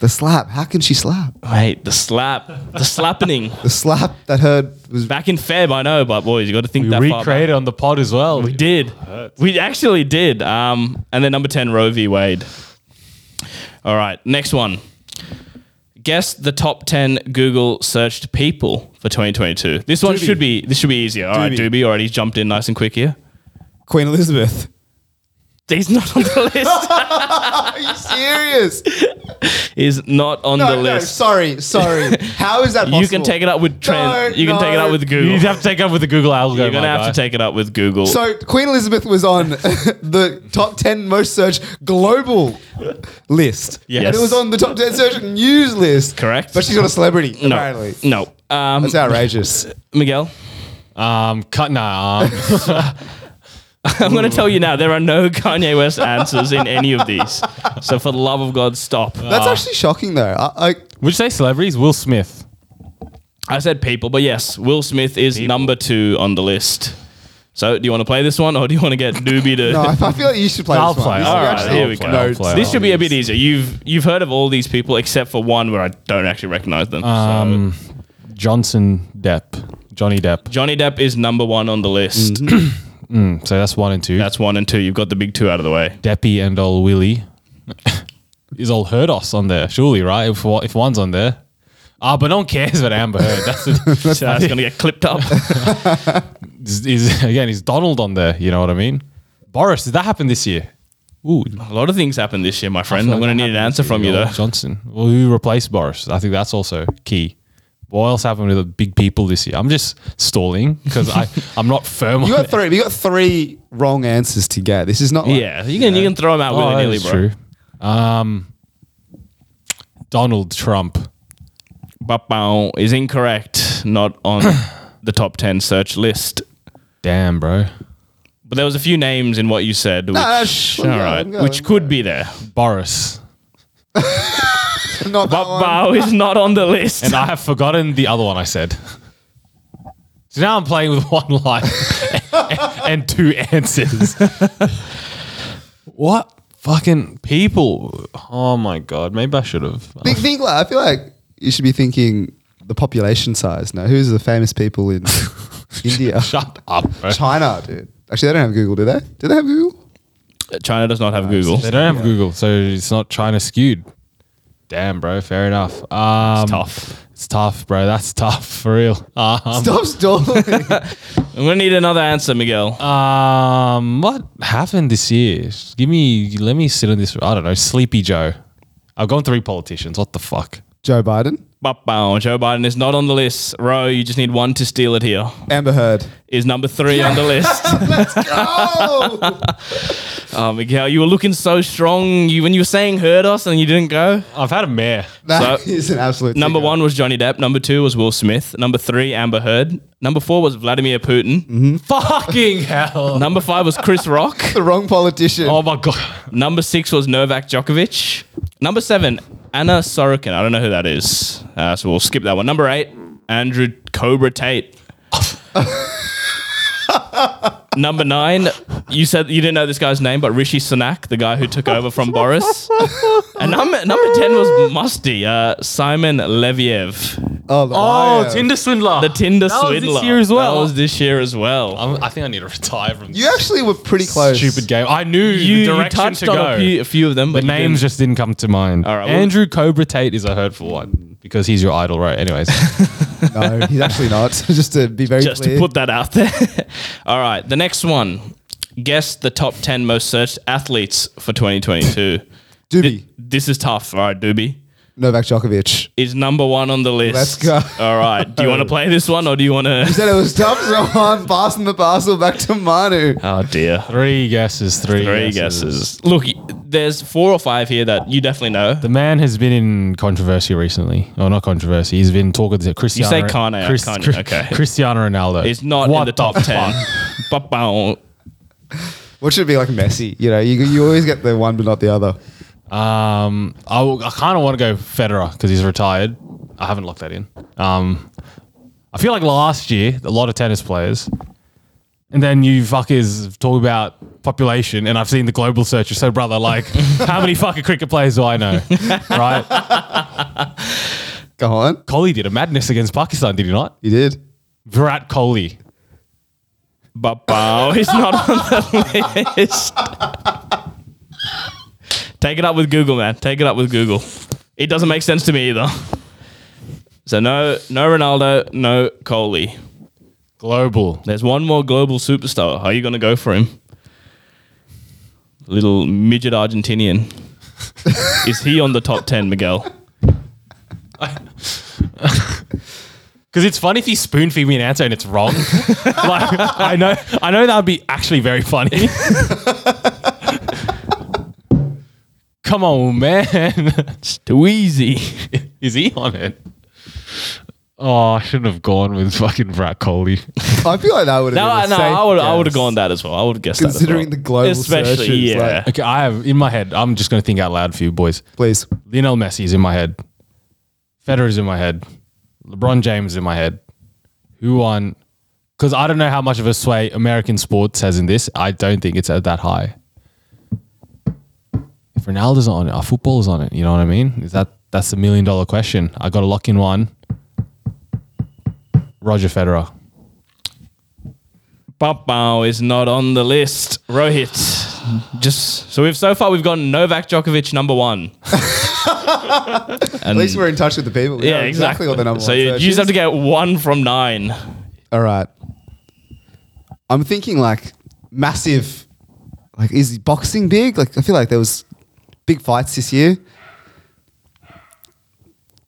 The slap. How can she slap? Wait, the slap, the slappening. The slap that heard was Back in Feb, I know, but boys, you got to think We that far. back. recreated on the pod as well. We did. We actually did. Um, and then number ten, Roe v. Wade. All right, next one. Guess the top ten Google searched people for 2022. This one Doobie. should be this should be easier. All right, Doobie. Doobie already jumped in nice and quick here. Queen Elizabeth. He's not on the list. Are you serious? He's not on No, the no, list. sorry, sorry. How is that possible? you can take it up with Trent. No, you can take it no. up with Google. You'd You're have to take up with the Google algorithm. gonna have to take it up with Google. So Queen Elizabeth was on the top 10 most searched global list. Yes. And it was on the top 10 searched news list. Correct. But she's not a celebrity, no, apparently. no. Um, That's outrageous. Miguel, take. Um, cut. Nah. Um, I'm gonna tell you now. There are no Kanye West answers in any of these. So for the love of God, stop. That's actually shocking, though. I, I, would you say celebrities? Will Smith. I said people, but yes, Will Smith is number two on the list. So, do you want to play this one, or do you want to get newbie to? No, I I feel like you should play I'll this one. play, This all is right, actually- here we go. No, I'll play, this should be a bit easier. You've you've heard of all these people except for one where I don't actually recognize them. Um, Johnson Depp, Johnny Depp. so Johnny Depp is number one on the list. Mm, So that's one and two. That's one and two. You've got the big two out of the way. Deppy and old Willie. Is old Herdos on there? Surely, right? If wa- if one's on there, ah, but no one cares about Amber Heard. That's, the So that's gonna get clipped up. is, is again is Donald on there? You know what I mean? Boris, did that happen this year? Ooh, a lot of things happened this year, my friend. I'm gonna need an answer from you Bill though. Johnson. Well, who replaced Boris? I think that's also key. What else happened with the big people this year? I'm just stalling because I I'm not firm. You got on it. three. You got three wrong answers to get. This is not. Like, Yeah, you can you can throw him out Oh, willy that nilly, is bro. true. Um, Donald Trump. Ba-bow is incorrect. Not on the top ten search list. Damn, bro. But there was a few names in what you said. Which, no, Ah, sh- all let me go, right, let me go, let which me could be there. Boris. Not that one. Ba-bow is not on the list. And I have forgotten the other one I said. So now I'm playing with one life and, and two answers. what fucking people? Oh my god, maybe I should have. Think, think like, I feel like you should be thinking the population size. Now, who's the famous people in India? Shut up, bro. China, dude. Actually, they don't have Google, do they? Do they have Google? China does not have Google. They don't have Google, so it's not China skewed. Damn, bro. Fair enough. Um, it's tough. It's tough, bro. That's tough for real. Um, Stop stalling. I'm gonna need another answer, Miguel. Um, what happened this year? Give me, let me sit on this. I don't know, Sleepy Joe. I've gone three politicians. What the fuck? Joe Biden, Ba-bow. Joe Biden is not on the list. Ro, you just need one to steal it here. Amber Heard. Is number three on the list. Let's go. Oh, Miguel, you were looking so strong. You when you were saying hurt us and you didn't go. I've had a mayor. That is So, an absolute Number ticker. one was Johnny Depp. Number two was Will Smith. Number three, Amber Heard. Number four was Vladimir Putin. Fucking hell. Number five was Chris Rock. The wrong politician. Oh my god. Number six was Novak Djokovic. Number seven, Anna Sorokin. I don't know who that is, uh, so we'll skip that one. Number eight, Andrew Cobra Tate. Number nine, you said you didn't know this guy's name, but Rishi Sunak, the guy who took over from Boris. And number number ten was Musty, uh, Simon Leviev, Oh, the liar. swindler. the Tinder That was swindler. this year as well. That was this year as well. I'm, I think I need to retire from this You actually were pretty close. stupid game. I knew You, the you direction touched to on go. a few, a few of them, the but you names didn't- just didn't come to mind. All right, well- Andrew Cobra Tate is a hurtful one because he's your idol, right? Anyways, No, he's actually not. Just to be very just clear. to put that out there. All right, the next one. Guess the top 10 most searched athletes for 2022. Doobie, this is tough. All right, Doobie Novak Djokovic. is number one on the list. Let's go. All right, do you want to play this one or do you want to? Said it was tough, so I'm passing the parcel back to Manu. Oh dear. three guesses, three, Three guesses. Look, there's four or five here that you definitely know. The man has been in controversy recently. Oh, not controversy. He's been talking to Cristiano. say Kanye, Kanye, Chris- okay. Cristiano Ronaldo. It's not in What the top 10. Ba-bow. What should be like Messi? You know, you, you always get the one but not the other. Um, I, kind of want to go Federer because he's retired. I haven't locked that in. Um, I feel like last year a lot of tennis players, and then you fuckers talk about population, and I've seen the global search. So, brother, like, how many fucking cricket players do I know? Right? Go on. Kohli did a madness against Pakistan, did he not? You did. Virat Kohli. Ba-bow is not on the list. Take it up with Google, man. Take it up with Google. It doesn't make sense to me either. So no, no Ronaldo, no Coley. Global. There's one more global superstar. How are you going to go for him? Little midget Argentinian. is he on the top ten, Miguel? Because it's funny if you spoon feed me an answer and it's wrong. like I know, I know that would be actually very funny. Come on, man. It's too easy. Is he on it? Oh, I shouldn't have gone with fucking Brad Coley. I feel like that would No, I- have no, been a I would, I would have guess. gone that as well. I would have guessed Considering that the as well. global searches, especially yeah. like- Okay, I have in my head. I'm just gonna think out loud for you boys. Please. Lionel Messi is in my head. Federer is in my head. LeBron James in my head. Who won? Because I don't know how much of a sway American sports has in this. I don't think it's at that high. If Ronaldo's not on it, our football's on it. You know what I mean? Is that that's the million dollar question? I got to lock in one. Roger Federer. Papao is not on the list. Rohit. Just so we've so far we've gotten Novak Djokovic number one. At least we're in touch with the people. We Mm. yeah, know exactly. what the number so one you, you search just is. have to get one from nine. All right. I'm thinking like massive. Like, is boxing big? Like, I feel like there was big fights this year.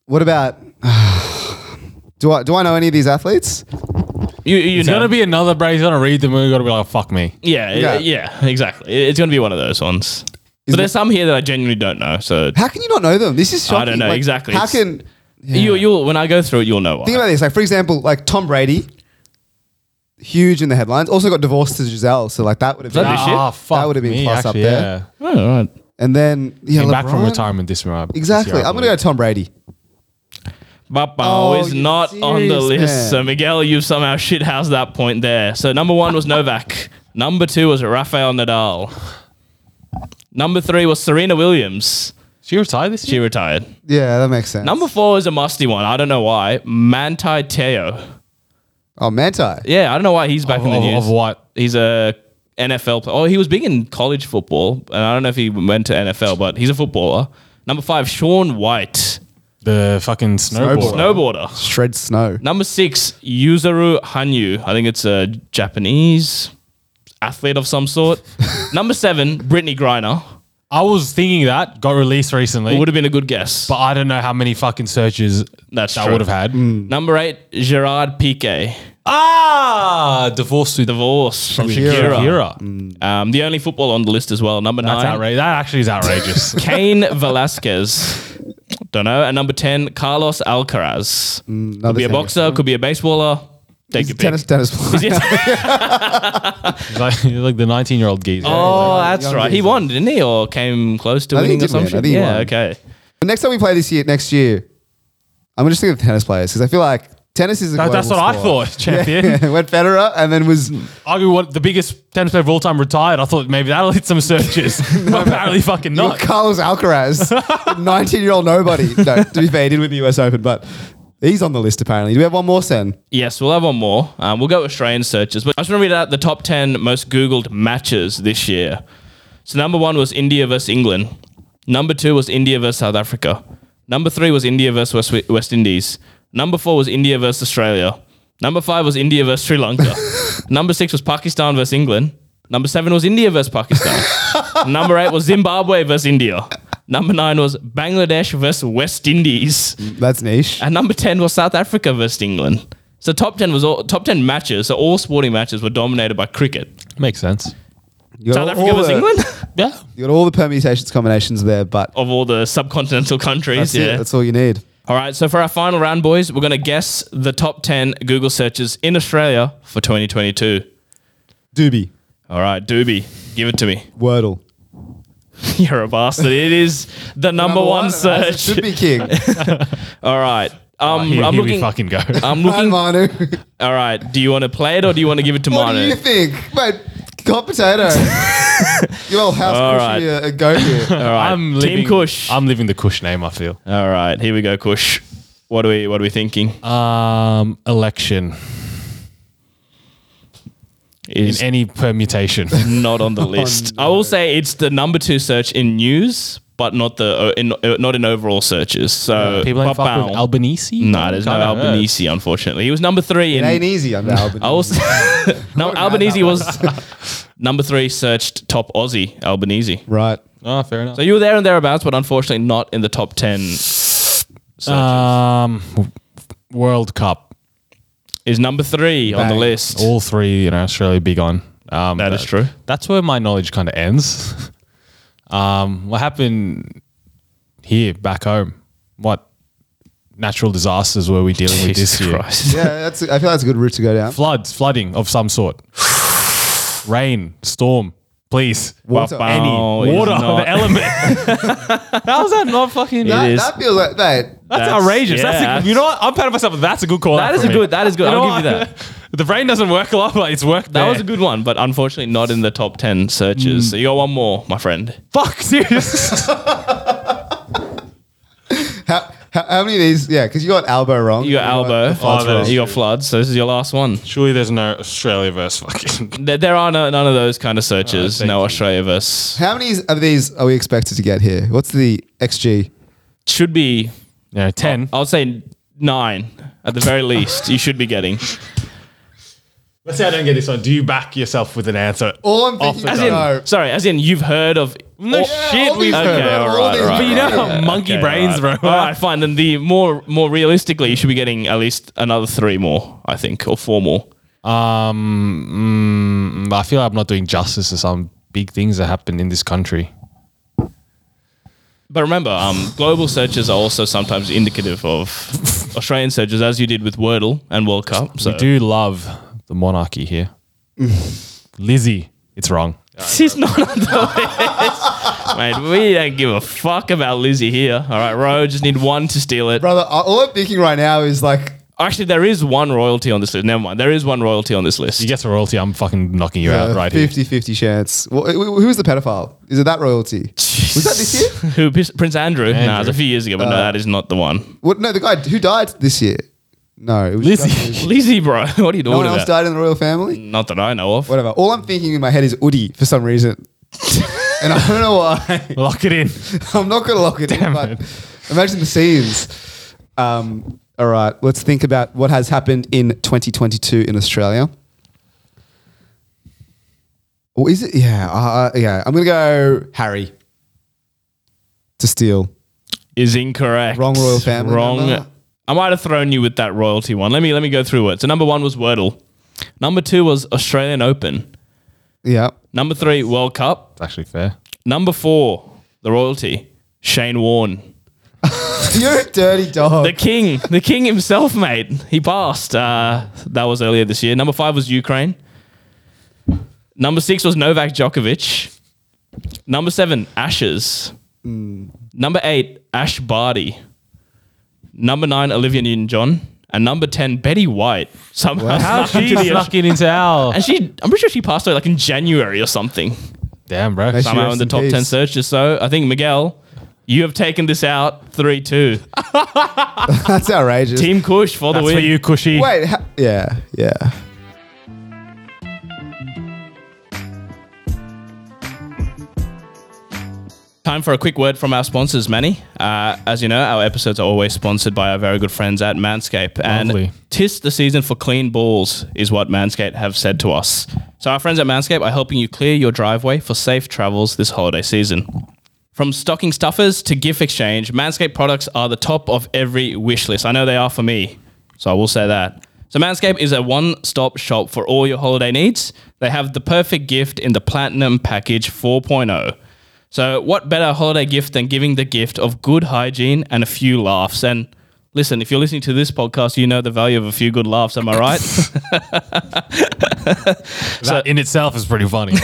What about? do I do I know any of these athletes? You, you It's know. gonna be another break. He's gonna read them. We're gonna be like, fuck me. yeah, Yeah. yeah, yeah, exactly. It- It's gonna be one of those ones. Is but there's some here that I genuinely don't know. So How can you not know them? This is shocking. I don't know, Like, exactly. How It's- can? Yeah. you, you'll when I go through it, you'll know. Why. Think about this. Like, for example, like Tom Brady, huge in the headlines. Also got divorced to Giselle, so like that would have that been. this year? Ah, fuck That would've been me, plus up actually, there. yeah. Oh, all right. And then yeah, Came back from LeBron. retirement this year. this Exactly. year, I I'm gonna go believe. Tom Brady. Babao Oh, is you're not on the serious, list. man. So Miguel, you've somehow shithoused that point there. So number one was Novak. Number two was Rafael Nadal. Number three was Serena Williams. She retired this She year. retired. Yeah, that makes sense. Number four is a musty one. I don't know why. Manti Te'o. oh, Manti. Yeah, I don't know why he's back Of, in the of- news. of what? He's a NFL player. Oh, he was big in college football, and I don't know if he went to NFL, but he's a footballer. Number five, Sean White, The fucking snowboard. snowboarder. Shred snow. Number six, Yuzuru Hanyu. I think it's a Japanese athlete of some sort. Number seven, Brittany Griner. I was thinking that got released recently, Would have been a good guess. but I don't know how many fucking searches That's that true. would have had. Number eight, Gerard Piqué. Ah, divorced to Divorced from Shakira. Shakira. Shakira. Um, the only footballer on the list as well. Number That's nine, outrageous. That actually is outrageous. Kane Velasquez. Don't know. And number 10, Carlos Alcaraz. Another could be a tennis- boxer, could be a baseballer. Take He's a your tennis pick. tennis player. It's like, it's like the 19 year old geezer. Oh, that's young right. He geezer. won, didn't he? Or came close to I think winning or he did win. I something? think he Yeah, won. okay. The next time we play this year, next year, I'm just thinking of tennis players because I feel like tennis is. A That- that's what global I sport. thought, champion. Went Federer and then was Argue what the biggest tennis player of all time retired. I thought maybe that'll hit some searches. But apparently, fucking Look, not. Carlos Alcaraz, 19 year old nobody. No, to be fair, he did win the US Open, but he's on the list apparently. Do we have one more, Sen? Yes, we'll have one more. Um, we'll go Australian searches, but I just want to read out the top 10 most Googled matches this year. So, number one was India versus England. Number two was India versus South Africa. Number three was India versus West, West Indies. Number four was India versus Australia. Number five was India versus Sri Lanka. number six was Pakistan versus England. Number seven was India versus Pakistan. number eight was Zimbabwe versus India. Number nine was Bangladesh versus West Indies. That's niche. And number 10 was South Africa versus England. So top 10 was all, top 10 matches, so all sporting matches were dominated by cricket. Makes sense. You got South all- Africa all versus the- England? Oh, Yeah. You got all the permutations, combinations there, but of all the subcontinental countries, that's yeah. it. That's all you need. all right, so for our final round boys, we're going to guess the top 10 Google searches in Australia for 2022. Doobie, All right, Doobie, give it to me. Wordle. You're a bastard. It is the number, one, It search. Should be king. All right. Um, Here, I'm here looking. we fucking go. I'm Hi, looking. Manu. All right. Do you want to play it or do you want to give it to What Manu? do you think? Mate, hot potato. you old house All pushy right. a, a go here. All right. I'm Team living, Kush. I'm living the Kush name, I feel. All right, here we go, Kush. What are we What are we thinking? Um, election in Is any permutation. not on Oh, the list. I will say it's the number two search in news, but not the in, uh, not in overall searches. So People ain't fuck Papao- with Albanese. Nah, there's no Kinda hurts. Albanese, unfortunately. He was number three It in. ain't easy under Albany. I will say, no, Albanese was number three searched top Aussie Albanese. Right. Oh, fair enough. So you were there and thereabouts, but unfortunately not in the top ten. Um, World Cup. Is number three on the Bang. list? All three, you know, Australia big on. Um, That is true. That's where my knowledge kind of ends. um, what happened here back home? What natural disasters were we dealing with Jesus this year? Christ. Yeah, that's. I feel that's a good route to go down. Floods, flooding of some sort. Rain, storm, please. Water. Papao Any is water, not- the element. How's that not fucking? That, is. that feels like, mate, That's, That's- outrageous. yeah, that's a, that's- you know what? I'm proud of myself. That's a good call. That out is from a me. good- that is good. know I'll give you what? the brain doesn't work a lot, but it's worked. That there. was a good one, but unfortunately not in the top 10 searches. So you got one more, my friend. fuck. Serious. How, how, how many of these? Yeah, because you got Albo wrong. You got Albo. the Floods Oh, that wrong. is- You got Floods. So this is your last one. Surely there's no Australia versus fucking. There, there are no, none of those kind of searches. thank no you. Australia verse. How many of these are we expected to get here? What's the XG? Should be, No, ten. I would say nine at the very least. You should be getting. Let's say I don't get this one. Do you back yourself with an answer? All I'm Off thinking the As dome. in, no. sorry, as in you've heard of. No Oh, shit, all these we've heard. Okay, all All right, these all right, But you heard. know all right. how monkey Okay, brains, all right. bro. All right, fine. Then the more more realistically, you should be getting at least another three more, I think, or four more. Um, mm, I feel I'm not doing justice to some big things that happen in this country. But remember, um, global searches are also sometimes indicative of Australian searches, as you did with Wordle and World Cup. So We do love the monarchy here. Lizzie, it's wrong. she's not on the list. Mate, we don't give a fuck about Lizzie here. All right, Ro, just need one to steal it. Brother, I- all I'm thinking right now is like, Actually, there is one royalty on this list. Never mind. There is one royalty on this You list. get the royalty, I'm fucking knocking you out right here. 50 50 chance. Well, who who was the pedophile? Is it that royalty? Was that this year? Uh, Who? Pis- Prince Andrew? Nah, it was Andrew. a few years ago, but no, that is not the one. What, no, the guy who died this year. No, it was Lizzie. Lizzie, bro. What are you No doing one else about? Mm. died in the royal family. Not that I know of. Whatever. All I'm thinking in my head is Udi for some reason, and I don't know why. Lock it in. I'm not gonna lock it in. But imagine the scenes. Um, all right, let's think about what has happened in 2022 in Australia. Or is it? Yeah, uh, yeah. I'm gonna go Harry to steal. is incorrect. Wrong royal family Wrong. member. I might have thrown you with that royalty one. Let me let me go through it. So number one was Wordle. Number two was Australian Open. Yeah, Number three, World Cup. It's actually fair. Number four, the royalty, Shane Warne. you're a dirty dog. The king, the king himself, mate. He passed. Uh, that was earlier this year. Number five was Ukraine. Number six was Novak Djokovic. Number seven, Ashes. Hmm. Number eight, Ash Barty. Number nine, Olivia Newton-John. And number ten, Betty White. Somehow, How snuck into she the- snuck in into our. and she, I'm pretty sure she passed away like in January or something. Damn, bro. Nice. Somehow rest in the in top peace. ten searches. So I think Miguel, you have taken this out three two. That's outrageous. Team Kush for the That's win. for you, Cushy. Wait, ha- yeah, yeah. Time for a quick word from our sponsors, Manny. Uh, as you know, our episodes are always sponsored by our very good friends at Manscaped. Lovely. And tis the season for clean balls, is what Manscaped have said to us. So, our friends at Manscaped are helping you clear your driveway for safe travels this holiday season. From stocking stuffers to gift exchange, Manscaped products are the top of every wish list. I know they are for me, so I will say that. So, Manscaped is a one stop shop for all your holiday needs. They have the perfect gift in the Platinum Package oh. 4.0. So, what better holiday gift than giving the gift of good hygiene and a few laughs? And listen, if you're listening to this podcast, you know the value of a few good laughs, am I right? That in itself is pretty funny.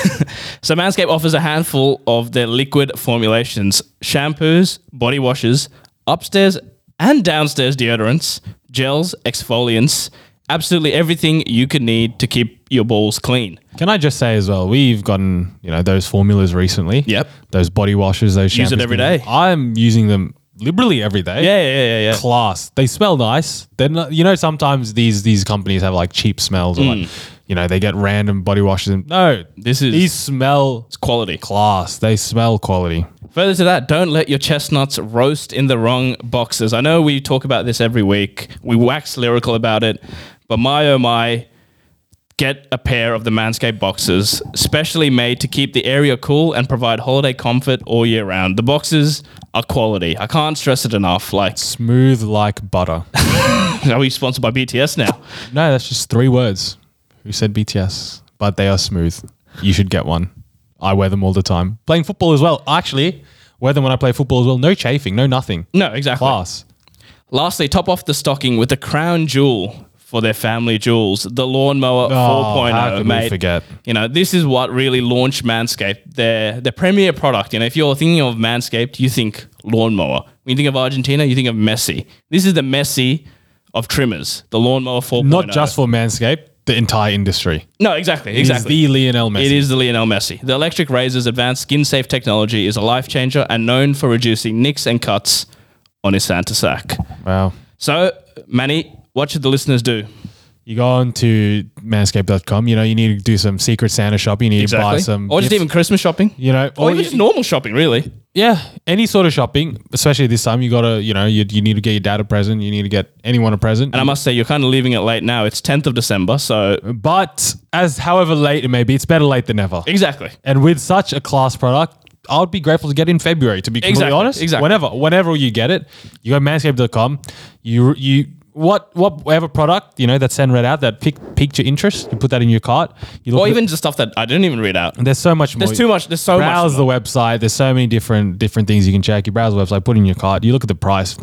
so, Manscaped offers a handful of their liquid formulations shampoos, body washes, upstairs and downstairs deodorants, gels, exfoliants, absolutely everything you could need to keep your balls clean. Can I just say as well, we've gotten, you know, those formulas recently. Yep. Those body washes, those Use it shampoos, every things. day. I'm using them liberally every day. Yeah, yeah, yeah, yeah. Class. They smell nice. They're not, you know, sometimes these these companies have like cheap smells or like, Mm. you know, they get random body washes. And, no, Oh, This is- these smell Quality. class. They smell quality. Further to that, don't let your chestnuts roast in the wrong boxes. I know we talk about this every week. We wax lyrical about it, but my oh my, get a pair of the Manscaped boxes, specially made to keep the area cool and provide holiday comfort all year round. The boxes are quality. I can't stress it enough. Like, Smooth like butter. are we sponsored by BTS now? no, that's just three words. Who said BTS? But they are smooth. You should get one. I wear them all the time. Playing football as well. Actually, wear them when I play football as well. No chafing, no nothing. No, exactly. Class. Lastly, top off the stocking with the crown jewel for their family jewels, the lawnmower 4.0, Oh, how could we mate. forget? You know, this is what really launched Manscaped, their their premier product. You know, if you're thinking of Manscaped, you think lawnmower. When you think of Argentina, you think of Messi. This is the Messi of trimmers, the lawnmower 4.0. Not just for Manscaped, the entire industry. no, exactly, He's exactly. the Lionel Messi. It is the Lionel Messi. The electric razor's advanced skin-safe technology is a life changer and known for reducing nicks and cuts on his Santa sack. Wow. So, Manny, what should the listeners do? You go on to manscaped.com. You know, you need to do some secret Santa shopping. You need to buy some. or just gifts, even Christmas shopping. You know, Or, or even you- just normal shopping, really. yeah, any sort of shopping, especially this time, you gotta, you know, you, you need to get your dad a present. You need to get anyone a present. And I must say, you're kind of leaving it late now. It's 10th of December, so but as however late it may be, it's better late than never. exactly. And with such a class product, I would be grateful to get in February. To be completely Exactly, honest, exactly. whenever, whenever you get it, you go manscaped.com. You you what what whatever product you know that's sent read out that pick, piqued your interest, you put that in your cart. You look Or at- even just stuff that I didn't even read out. there's so much more. There's too much. There's so much. browse the website. There's so many different different things you can check. You browse the website, put in your cart. You look at the price.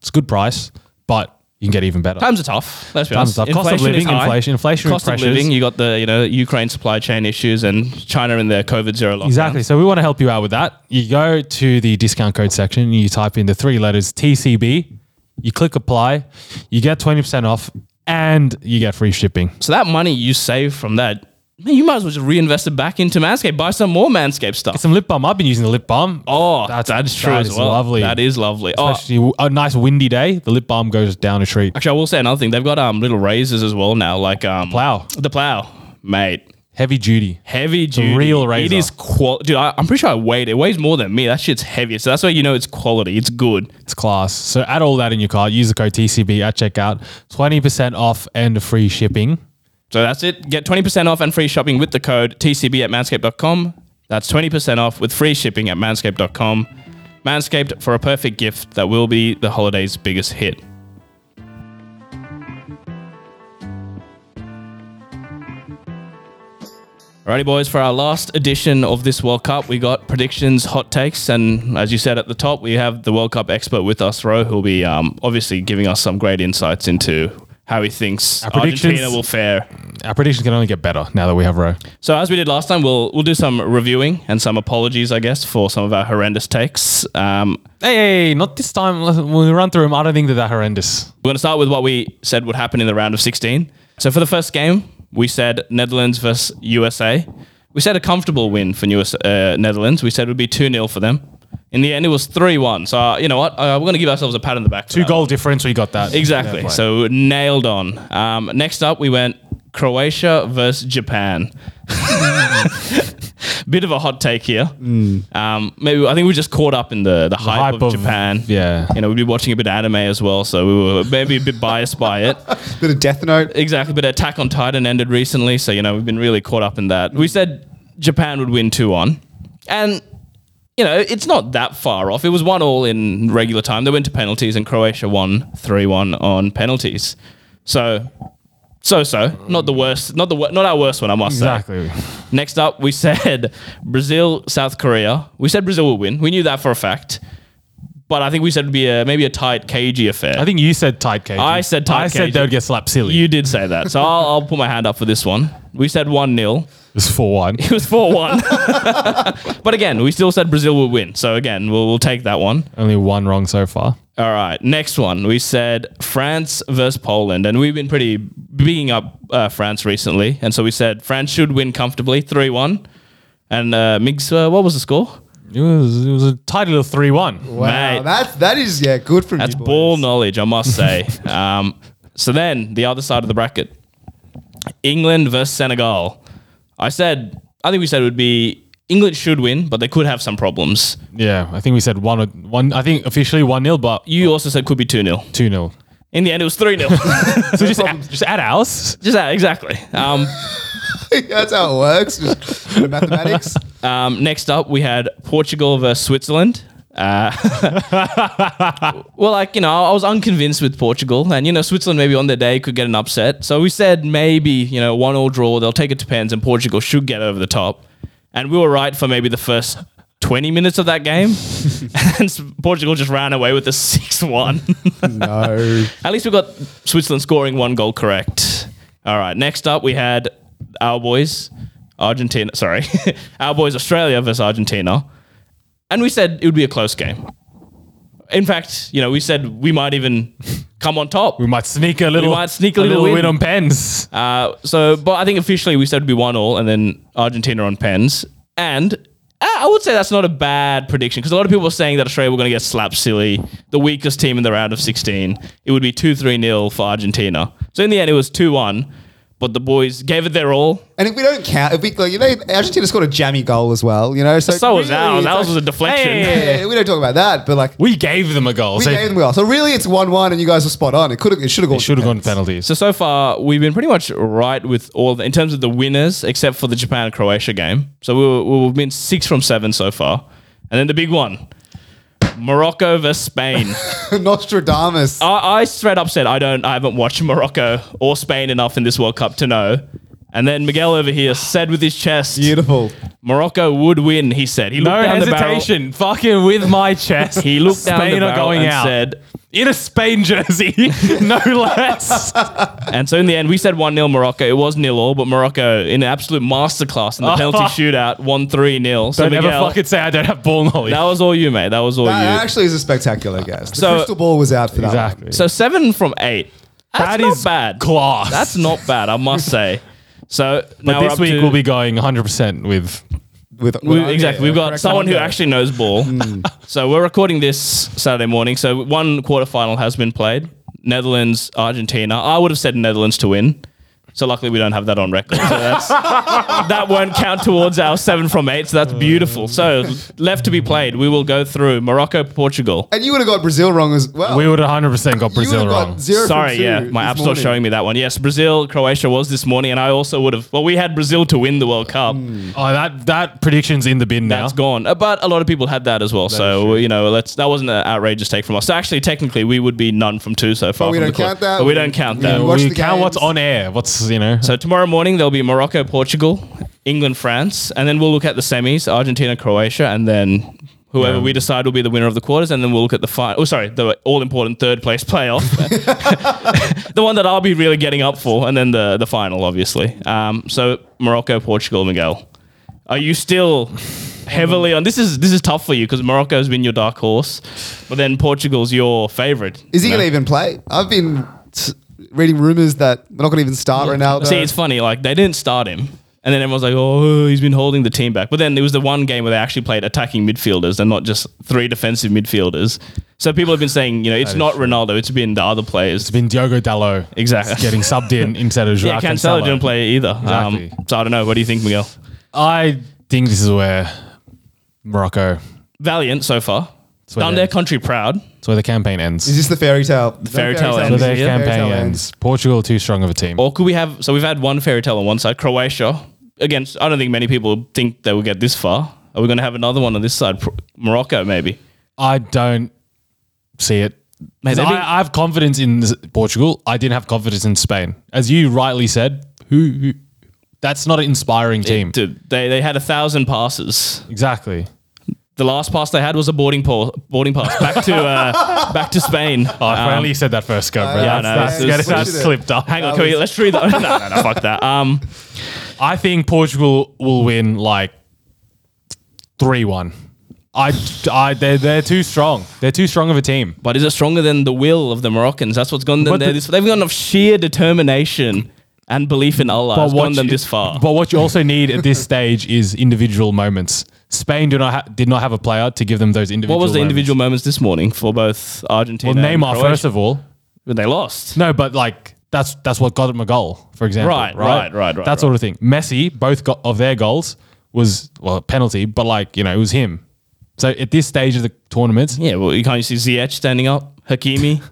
It's a good price, but you can get even better. Times are tough. Let's be Times honest. are tough. Cost of Inflation is living, high. inflation, inflationary Cost pressures. of living. You got the you know Ukraine supply chain issues and China and their COVID zero lockdown. Exactly. So we want to help you out with that. You go to the discount code section and you type in the three letters TCB. You click apply. You get 20% off and you get free shipping. So that money you save from that, man, you might as well just reinvest it back into Manscaped. Buy some more Manscaped stuff. Some lip balm. I've been using the lip balm. Oh, that's, true that as is well. lovely. That is lovely. Oh, Especially a nice windy day, the lip balm goes down a treat. actually, I will say another thing. They've got um little razors as well now, like um Plow. The plow, mate. Heavy duty. Heavy duty, real It razor. is quality, dude. I, I'm pretty sure I weighed it. It weighs more than me. That shit's heavy. So that's why you know it's quality. It's good. It's class. So add all that in your cart. Use the code TCB at checkout. 20% off and free shipping. So that's it. Get 20% off and free shopping with the code TCB at manscaped.com. That's 20% off with free shipping at manscaped.com. Manscaped for a perfect gift that will be the holiday's biggest hit. Alrighty, boys, for our last edition of this World Cup, we got predictions, hot takes, and as you said at the top, we have the World Cup expert with us, Ro, who'll be um, obviously giving us some great insights into how he thinks Our predictions- Argentina will fare. Our predictions can only get better now that we have Row. So as we did last time, we'll we'll do some reviewing and some apologies, I guess, for some of our horrendous takes. Um, Hey, hey, not this time. Listen, When we run through them, I don't think they're that horrendous. we're going to start with what we said would happen in the round of 16. So for the first game, we said Netherlands versus USA. We said a comfortable win for US, uh, Netherlands. We said it would be 2-0 for them. In the end, it was 3-1. So, uh, you know what? Uh, we're going to give ourselves a pat on the back. for Two that. goal difference, we got that. Exactly. Yeah, So nailed on. Um, next up, we went Croatia versus Japan. Bit of a hot take here. Um, maybe I think we just caught up in the, the, hype, hype of, of- Japan. yeah. You know, we'd be watching a bit of anime as well, so we were maybe a bit biased by it. Bit of Death Note. Exactly. But Attack on Titan ended recently, so you know we've been really caught up in that. We said Japan would win two on, and you know it's not that far off. It was one all in regular time. They went to penalties, and Croatia won three one on penalties. So, so so not the worst, not the wor- not our worst one. I must say. Exactly. Next up, we said Brazil, South Korea. We said Brazil will win. We knew that for a fact. But I think we said it'd be a maybe a tight, cagey affair. I think you said tight cage. I said tight I cage. said they would get slapped silly. You did say that. So I'll, I'll put my hand up for this one. We said 1 0. it was 4 1. It was 4 1. but again, we still said Brazil will win. So again, we'll, we'll take that one. Only one wrong so far. All right. Next one. We said France versus Poland. And we've been pretty bigging up uh, France recently. And so we said France should win comfortably 3 1. And uh, Migs, uh, what was the score? It was, it was a tight little 3 1. Wow, Mate. that's that is yeah, good for That's you. boys. ball knowledge, I must say. um, so then the other side of the bracket, England versus Senegal. I said, I think we said it would be England should win, but they could have some problems. Yeah, I think we said 1 or- 1. I think officially 1 0, but You also said could be 2 0. 2 0. In the end, it was 3 0. So just add, just add ours. Just that, exactly. Um, that's how it works. Just the mathematics. um, next up, we had Portugal versus Switzerland. Uh, well, like, you know, I was unconvinced with Portugal, and, you know, Switzerland maybe on their day could get an upset. So we said maybe, you know, one all draw, they'll take it to pens, and Portugal should get over the top. And we were right for maybe the first 20 minutes of that game. and Portugal just ran away with a 6 1. No. At least we got Switzerland scoring one goal correct. All right. Next up, we had our boys, Argentina. Sorry, our boys, Australia versus Argentina, and we said it would be a close game. In fact, you know, we said we might even come on top. We might sneak a little, might sneak a little win. win. on pens. Uh, so, but I think officially we said it'd be one all, and then Argentina on pens. And uh, I would say that's not a bad prediction because a lot of people were saying that Australia were going to get slapped silly, the weakest team in the round of 16. It would be 2 3 0 for Argentina. So, in the end, it was 2 1, but the boys gave it their all. And if we don't count, if we like, you know, Argentina scored a jammy goal as well. You know, so, So was really, ours. it's Ours was a like- deflection. Hey. Yeah, we don't talk about that, but like We gave them a goal. we so gave them well. So really, it's one-one, and you guys were spot on. It could have, it should have gone. should have gone penalties. So so far we've been pretty much right with all the, in terms of the winners, except for the Japan and Croatia game. So we were, we've been six from seven so far, and then the big one, Morocco versus Spain. Nostradamus. I, I straight up said I don't, I haven't watched Morocco or Spain enough in this World Cup to know. And then Miguel over here said with his chest, Beautiful. Morocco would win. He said he looked no down the barrel. hesitation. Fucking with my chest. He looked down Spain the are barrel going and out. said, in a Spain jersey, no less. And so in the end, we said 1 0 Morocco. It was nil all, but Morocco, in an absolute masterclass in the penalty shootout, 1 3 0. So Don't ever Miguel, fucking say I don't have ball knowledge. that was all you, mate. That was all That you. actually is a spectacular guess. The So- crystal ball was out for that. one. exactly. So 7 from 8. That's That not is bad. class. That's not bad, I must say. So now But we're this up week to- we'll be going 100% with. With, we- with- exactly. We've got someone who actually knows ball. Hmm. so we're recording this Saturday morning. So one quarterfinal has been played. Netherlands, Argentina. I would have said Netherlands to win. So luckily we don't have that on record. So that's, that won't count towards our seven from eight. So that's Oh. beautiful. So left to be played. We will go through Morocco, Portugal. And you would have got Brazil wrong as well. We would 100% got you would Brazil have wrong. got zero. from Sorry, two yeah, my this app store morning. showing me that one. Yes, Brazil, Croatia was this morning, and I also would have. Well, we had Brazil to win the World Cup. Hmm. oh, that, that prediction's in the bin now. That's gone. Uh, But a lot of people had that as well. so you know, let's that wasn't an outrageous take from us. So actually, technically, we would be none from two so far. we from don't the count quarter- that. But we We- don't count we- that. Watch Uh, we the count what's games. on air. What's, you know. So tomorrow morning there'll be Morocco, Portugal, England, France, and then we'll look at the semis: Argentina, Croatia, and then. Whoever we decide will be the winner of the quarters, and then we'll look at the final. Oh, sorry, the all-important third-place playoff, the one that I'll be really getting up for, and then the the final, obviously. Um, so Morocco, Portugal, Miguel, are you still heavily on? This is this is tough for you because Morocco has been your dark horse, but then Portugal's your favorite. Is he going to even play? I've been s- reading rumors that we're not going to even start Ronaldo. See, it's funny. Like they didn't start him, and then everyone's like, "Oh, he's been holding the team back." But then it was the one game where they actually played attacking midfielders and not just three defensive midfielders. So people have been saying, you know, it's not Ronaldo. It's been the other players. It's been Diogo Dallo. Exactly. Getting subbed in instead of Yeah, Joao Cancelo Cancelo. didn't play either. Exactly. Um, so I don't know. What do you think, Miguel? I think this is where Morocco, Valiant so far. what Done they- their country proud. it's where the campaign ends. is this the fairy tale? The fairy tale So ends their here? campaign ends. Portugal too strong of a team. Or could we have? So we've had one fairy tale on one side, Croatia. Again, I don't think many people think they will get this far. Are we going to have another one on this side, Pro- Morocco? Maybe. I don't see it. Mate, they've I, been- I have confidence in s- Portugal. I didn't have confidence in Spain, as you rightly said. Who? who that's not an inspiring team. Dude, they they had a thousand passes. exactly. The last pass they had was a boarding pass, boarding pass back to uh, back to Spain. Oh, if Um, only you said that first go, bro. yeah, that's, no, that's, this that's, is- that's we should- slipped up. hang on, can we, let's read that. no, no, no, fuck that. Um, I think Portugal will win like three one. I, I, they're, they're too strong. They're too strong of a team. but is it stronger than the will of the Moroccans? That's what's gone them But there. the- This, they've gone of sheer determination and belief in Allah. It's gone them you- this far. But what you also need at this stage is individual moments. Spain do not ha- did not have a player to give them those individual. what was the moments. individual moments this morning for both Argentina? Well, and Neymar Croatia? first of all. But they lost. No, but like that's that's what got him a goal, for example. Right, right, right, right, That sort of thing. Messi, both go- of their goals was well a penalty, but like you know it was him. So at this stage of the tournament, Yeah, well, you can't see Ziyech standing up, Hakimi.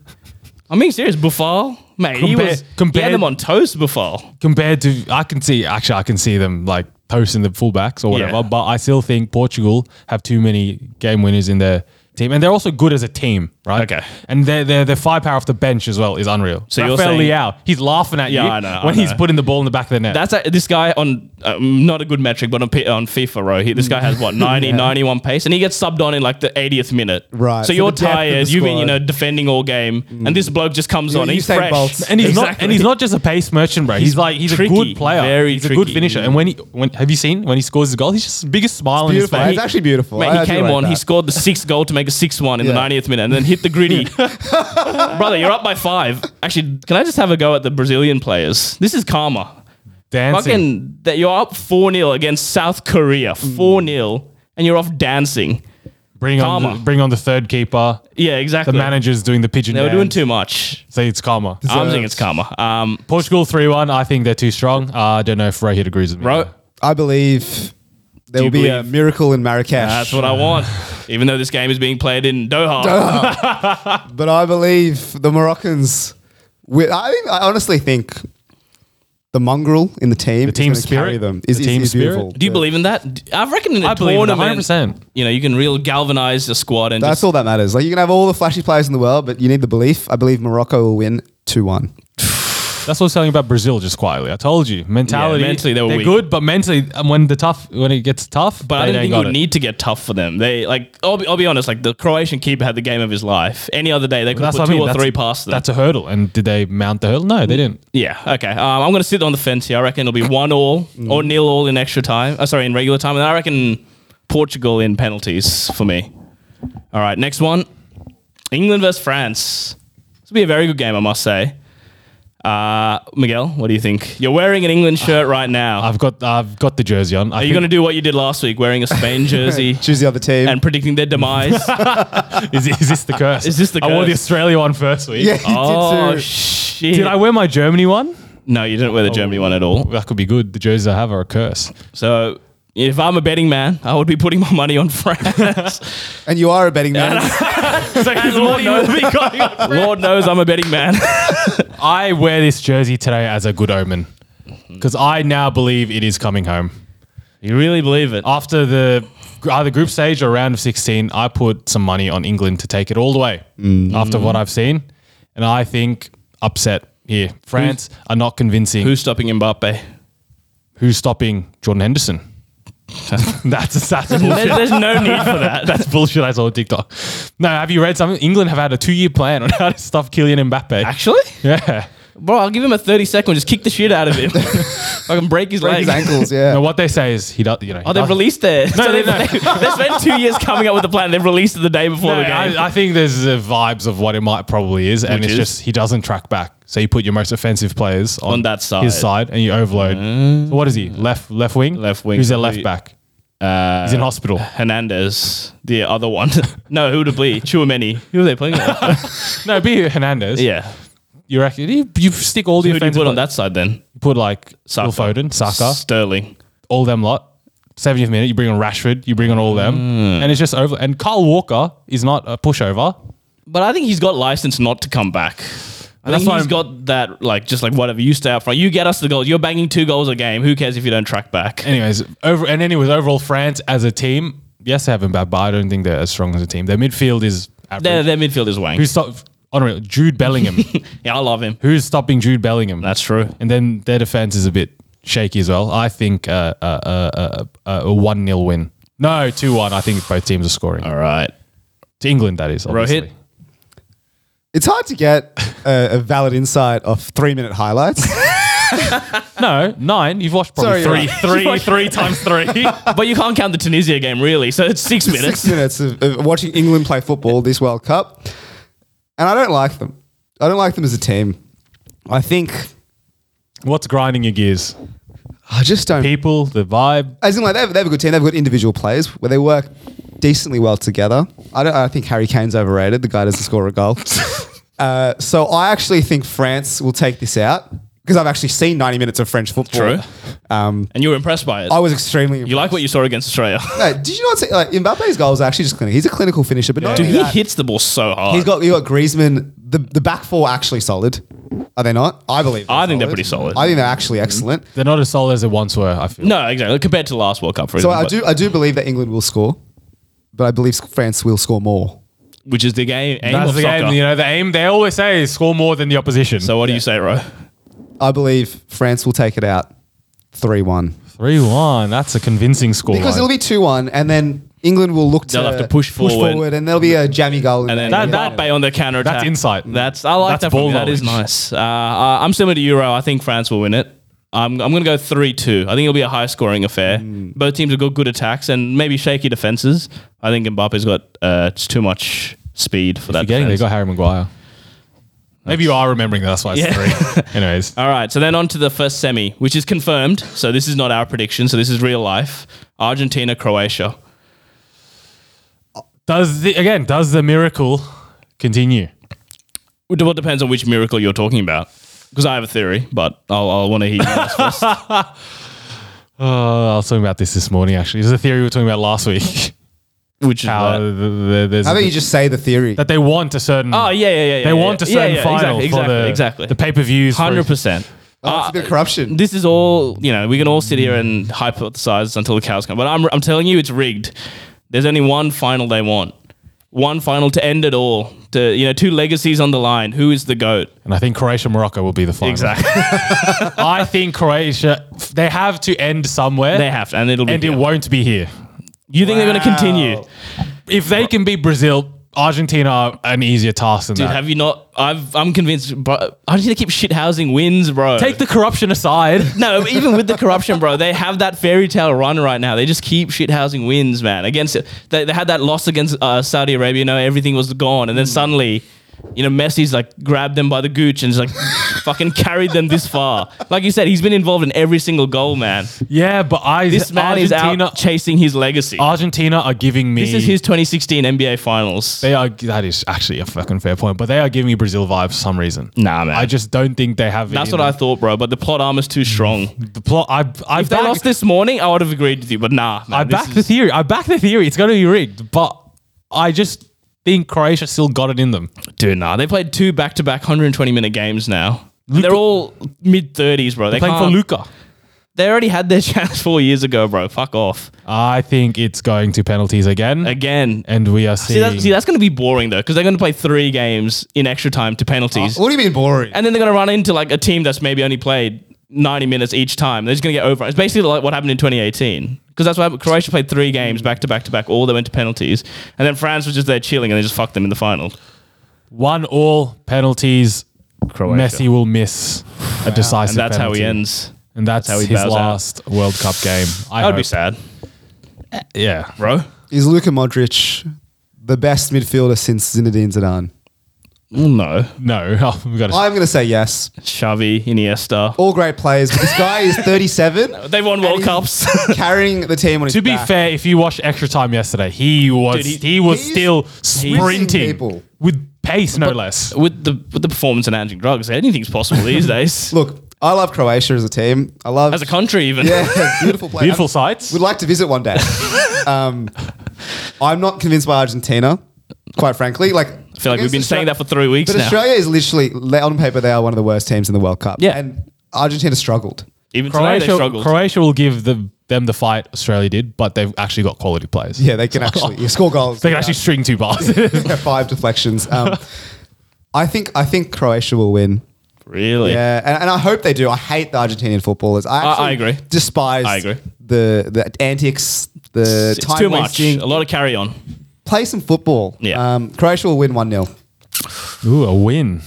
I'm being serious. Buffal, mate, he Compare- was he compare- had them on toast. Buffal. compared to I can see actually I can see them like posting the fullbacks or whatever, Yeah. but I still think Portugal have too many game winners in their team, and they're also good as a team. right? Okay. And their their, their firepower off the bench as well is unreal. So So you're Rafael saying- Leao, he's laughing at Yeah, you I know, I when he's know. putting the ball in the back of the net. That's a, this guy on um, not a good metric, but on, P- on FIFA, row. He, this guy has what 90, 91 pace, and he gets subbed on in like the 80th minute. Right, So for you're the depth of the tired. You've been you squad. Mm. know defending all game, and this bloke just comes You- on. you he's say fresh, bolts. and he's not and he's not just a pace merchant, bro. He's, He's like he's a tricky, good player. very he's a good tricky. finisher. And when he when have you seen when he scores his goal, he's just the biggest smile on his Beautiful. face. It's actually beautiful. Mate, I- I he do came rate on. He that. scored the sixth goal to make a six-one in Yeah. the 90th minute, and then hit the gritty. Brother, you're up by five. Actually, can I just have a go at the Brazilian players? This is karma. dancing. Fucking that you're up four 0 against South Korea, four 0 and you're off dancing. bring on the, karma. bring on the third keeper. Yeah, The exactly. manager's doing the pigeon. They were dance. doing too much. So it's karma. I'm thinking it's karma. Um, Portugal three one. I think they're too strong. Uh, I don't know if Rohit agrees with me. bro, I believe there Do will you be a believe- miracle in Marrakesh. that's what I want. Even though this game is being played in Doha, But I believe the Moroccans. With, I, think- I honestly think the mongrel in the team, the team carry spirit? them. Is, The is, team is spirit? beautiful. do you believe in that? D- I reckon in a I believe in it tournament, 100%. you know, you can real galvanize a squad and That's just, all that matters. Like you can have all the flashy players in the world, but you need the belief. I believe Morocco will win two one. That's what I was telling you about Brazil just quietly. I told you mentality. Yeah, mentally they were are weak. good, but mentally um, when the tough when it gets tough, But I they don't ain't think got you it. need to get tough for them. They like, I'll be, I'll be honest. Like the Croatian keeper had the game of his life. Any other day they could have put That's what two I mean. or That's- three past them. That's a hurdle. And did they mount the hurdle? No, they didn't. yeah. Okay. Um, I'm gonna sit on the fence here. I reckon it'll be one all or Mm. nil all in extra time. Uh, sorry, in regular time. And I reckon Portugal in penalties for me. All right. Next one. England versus France. This will be a very good game, I must say. Uh, Miguel, what do you think? You're wearing an England shirt right now. Ah, I've got I've got the jersey on. I Are you going to do what you did last week, wearing a Spain jersey Choose the other team. and predicting their demise? is, is this the curse? Is this the I wore the curse? Australia one first week. yeah, you oh did too. shit! Did I wear my Germany one? No, you didn't wear the Germany one at all. That could be good. The jerseys I have are a curse. So. If I'm a betting man, I would be putting my money on France. and you are a betting man. And Lord, knows, Lord knows I'm a betting man. I wear this jersey today as a good omen because I now believe it is coming home. you really believe it? After the either group stage or round of 16, I put some money on England to take it all the way Mm. after what I've seen. And I think upset here. France are not convincing. Who's stopping Mbappe? who's stopping Jordan Henderson? that's that's There- bullshit. There's no need for that. That's bullshit. I saw on TikTok. No, have you read something? England have had a two-year plan on how to stop Kylian Mbappe. Actually, yeah. bro, I'll give him a 30 second. Just kick the shit out of him. I can break his leg. Break his ankles. Yeah. No, what they say is he does. You know. he Oh, they've does- released it. No, they've, no, no. They, they spent two years coming up with the plan. They've released it the day before No, the game. I, I think there's the vibes of what it might probably is, and Which it's is? just he doesn't track back. So you put your most offensive players on, On that side. Mm. his side, and you overload. So what is he? Left left wing. Left wing. Who's their Who- left back? Uh, He's in hospital. Hernandez, the other one. no, who would it be? Chouameni. Who are they playing? with? No, be Hernandez. yeah. you reckon you, you stick all the Who do you offensive put on players- that side then? You put like Saka. Phil Foden, Saka, Sterling. all them lot. 70th minute, you bring on Rashford, you bring on all them, Mm. and it's just over. And Carl Walker is not a pushover. But I think he's got license not to come back. I That's think why he's I'm- got that, like, just like whatever. You stay up front. You get us the goals. You're banging two goals a game. Who cares if you don't track back? Anyways, over and anyways, overall France as a team, yes, they have him back, but I don't think they're as strong as a team. Their midfield is average. Their, their midfield is wank. Who's stop? Unreal. Jude Bellingham. Yeah, I love him. Who's stopping Jude Bellingham? That's true. and then their defense is a bit shaky as well. I think uh, uh, uh, uh, uh, a one 0 win. No, two one. I think both teams are scoring. All right. To England, that is. Obviously. Rohit. It's hard to get a, a valid insight of three minute highlights. No, nine. You've watched probably Sorry, three, right. three, three times three. But you can't count the Tunisia game, really. So it's six minutes. Six minutes of, of watching England play football this World Cup, and I don't like them. I don't like them as a team. I think What's grinding your gears? I just don't. People, the vibe. As in, like they have, they have a good team. They've got individual players where they work decently well together. I don't. I think Harry Kane's overrated. The guy doesn't score a goal. uh, so I actually think France will take this out because I've actually seen ninety minutes of French football. True. Um, And you were impressed by it. I was extremely. you like what you saw against Australia. No, did you not see like Mbappe's goal is actually just clinical. He's a clinical finisher, but not Dude, only he that, hits the ball so hard. he's got you got Griezmann. The the back four are actually solid. Are they not? I believe. I think they're pretty solid. I think they're actually excellent. They're not as solid as they once were. I feel. no, exactly. Compared to the last World Cup, for So example. I do I do believe that England will score, but I believe France will score more. which is the game. Aim That's of the soccer. game. You know, the aim they always say is score more than the opposition. So what do you say, Ro? I believe France will take it out 3 1. three one. That's a convincing score. Because it'll be 2 1, and then England will look to, They'll have to push forward. and there'll be a jammy goal. in And there, then That- that, that- Mbappe on the counter attack. that's insight. That's I like That's that. From ball you. That is knowledge. nice. Uh, I- I'm similar to Euro. I think France will win it. I'm, I'm going to go 3 2. I think it'll be a high scoring affair. Mm. Both teams have got good attacks and maybe shaky defenses. I think Mbappe's got uh, it's too much speed for that. Forgetting they defense. got Harry Maguire. Maybe you are remembering that. That's why it's Yeah. three. Anyways, All right, so then on to the first semi, which is confirmed. So this is not our prediction. So this is real life. Argentina, Croatia. does the, again does the miracle continue? It all depends on which miracle you're talking about. Because I have a theory, but I'll, I'll want to hear yours first. Uh, I was talking about this this morning. Actually, there's a theory we were talking about last week. Which is that. How th- th- there's How a- about you just say the theory? that they want a certain. Oh yeah, yeah, yeah. yeah, they want a yeah, certain yeah, final Exactly, for the exactly. the pay per views. Hundred percent. Uh, Oh, it's a bit of corruption. This is all you know. We can all sit here and hypothesize until the cows come, but I'm I'm telling you, it's rigged. There's only one final they want. One final to end it all. To you know, two legacies on the line. Who is the goat? and I think Croatia Morocco will be the final. Exactly. I think Croatia. They have to end somewhere. they have to, and it'll be. and it here. won't be here. you think they're going to continue? If they can beat Brazil, Argentina are an easier task than Dude, that. have you not? I've, I'm convinced. Bro, Argentina keep shithousing wins, bro. Take the corruption aside. No, but even with the corruption, bro, they have that fairy tale run right now. They just keep shithousing wins, man. Against they, they had that loss against uh, Saudi Arabia. You know, everything was gone, Mm. and then suddenly, you know, Messi's like grabbed them by the gooch and just like fucking carried them this far. Like you said, he's been involved in every single goal, man. Yeah, but I This man is Argentina, out chasing his legacy. Argentina are giving me. this is his 2016 NBA Finals. They are. That is actually a fucking fair point, but they are giving me Brazil vibes for some reason. Nah, man. I just don't think they have. it That's in what I them. thought, bro. But the plot armor's too strong. The plot. I. I If they back, lost this morning, I would have agreed with you. But nah, man, I this back is- the theory. I back the theory. It's going to be rigged, but I just think Croatia still got it in them. Dude, nah. They played two back to back 120 minute games now. They're all mid 30s, bro. They Playing can't, for Luca. They already had their chance four years ago, bro. Fuck off. I think it's going to penalties again, Again. and we are See, seeing. that, see that's going to be boring, though, because they're going to play three games in extra time to Uh, penalties. What do you mean boring? and then they're going to run into like a team that's maybe only played 90 minutes each time. They're just going to get over it. It's basically like what happened in 2018. Because that's what happened. Croatia played three games back to back to back. All they went to penalties. And then France was just there chilling and they just fucked them in the final. One all penalties. Croatia. Messi will miss a decisive. And that's how he penalty. ends. And that's, how he his bows out. last World Cup game. I That would hope. be sad, Yeah. bro. Is Luka Modric the best midfielder since Zinedine Zidane? No. No, we've got to. I'm going to say yes. Xavi, Iniesta. All great players, but this guy is 37, They won World Cups. carrying the team on his to be back. fair, if you watched extra time yesterday, he was Dude, he, he- was he's still missing sprinting people. with pace, no less. with the with the performance enhancing drugs, anything's possible these days. Look, I love Croatia as a team. I love As a country, even. yeah, beautiful place. Beautiful sights. Would like to visit one day. um, I'm not convinced by Argentina, quite frankly. Like, I feel like we've been saying that for three weeks But now. Australia is literally on paper they are one of the worst teams in the World Cup. Yeah. and Argentina struggled. Even today they Croatia, struggled. Croatia will give the, them the fight Australia did, but they've actually got quality players. Yeah, they can actually you score goals. They can actually string two bars. actually five deflections. Um, I think I think Croatia will win. really? Yeah, and, and I hope they do. I hate the Argentinian footballers. I, I- I actually agree. Despise. I agree. The the antics, the It's time too much. wasting. A lot of carry on. Play some football. Yeah. Um, Croatia will win one 0 Ooh, a win.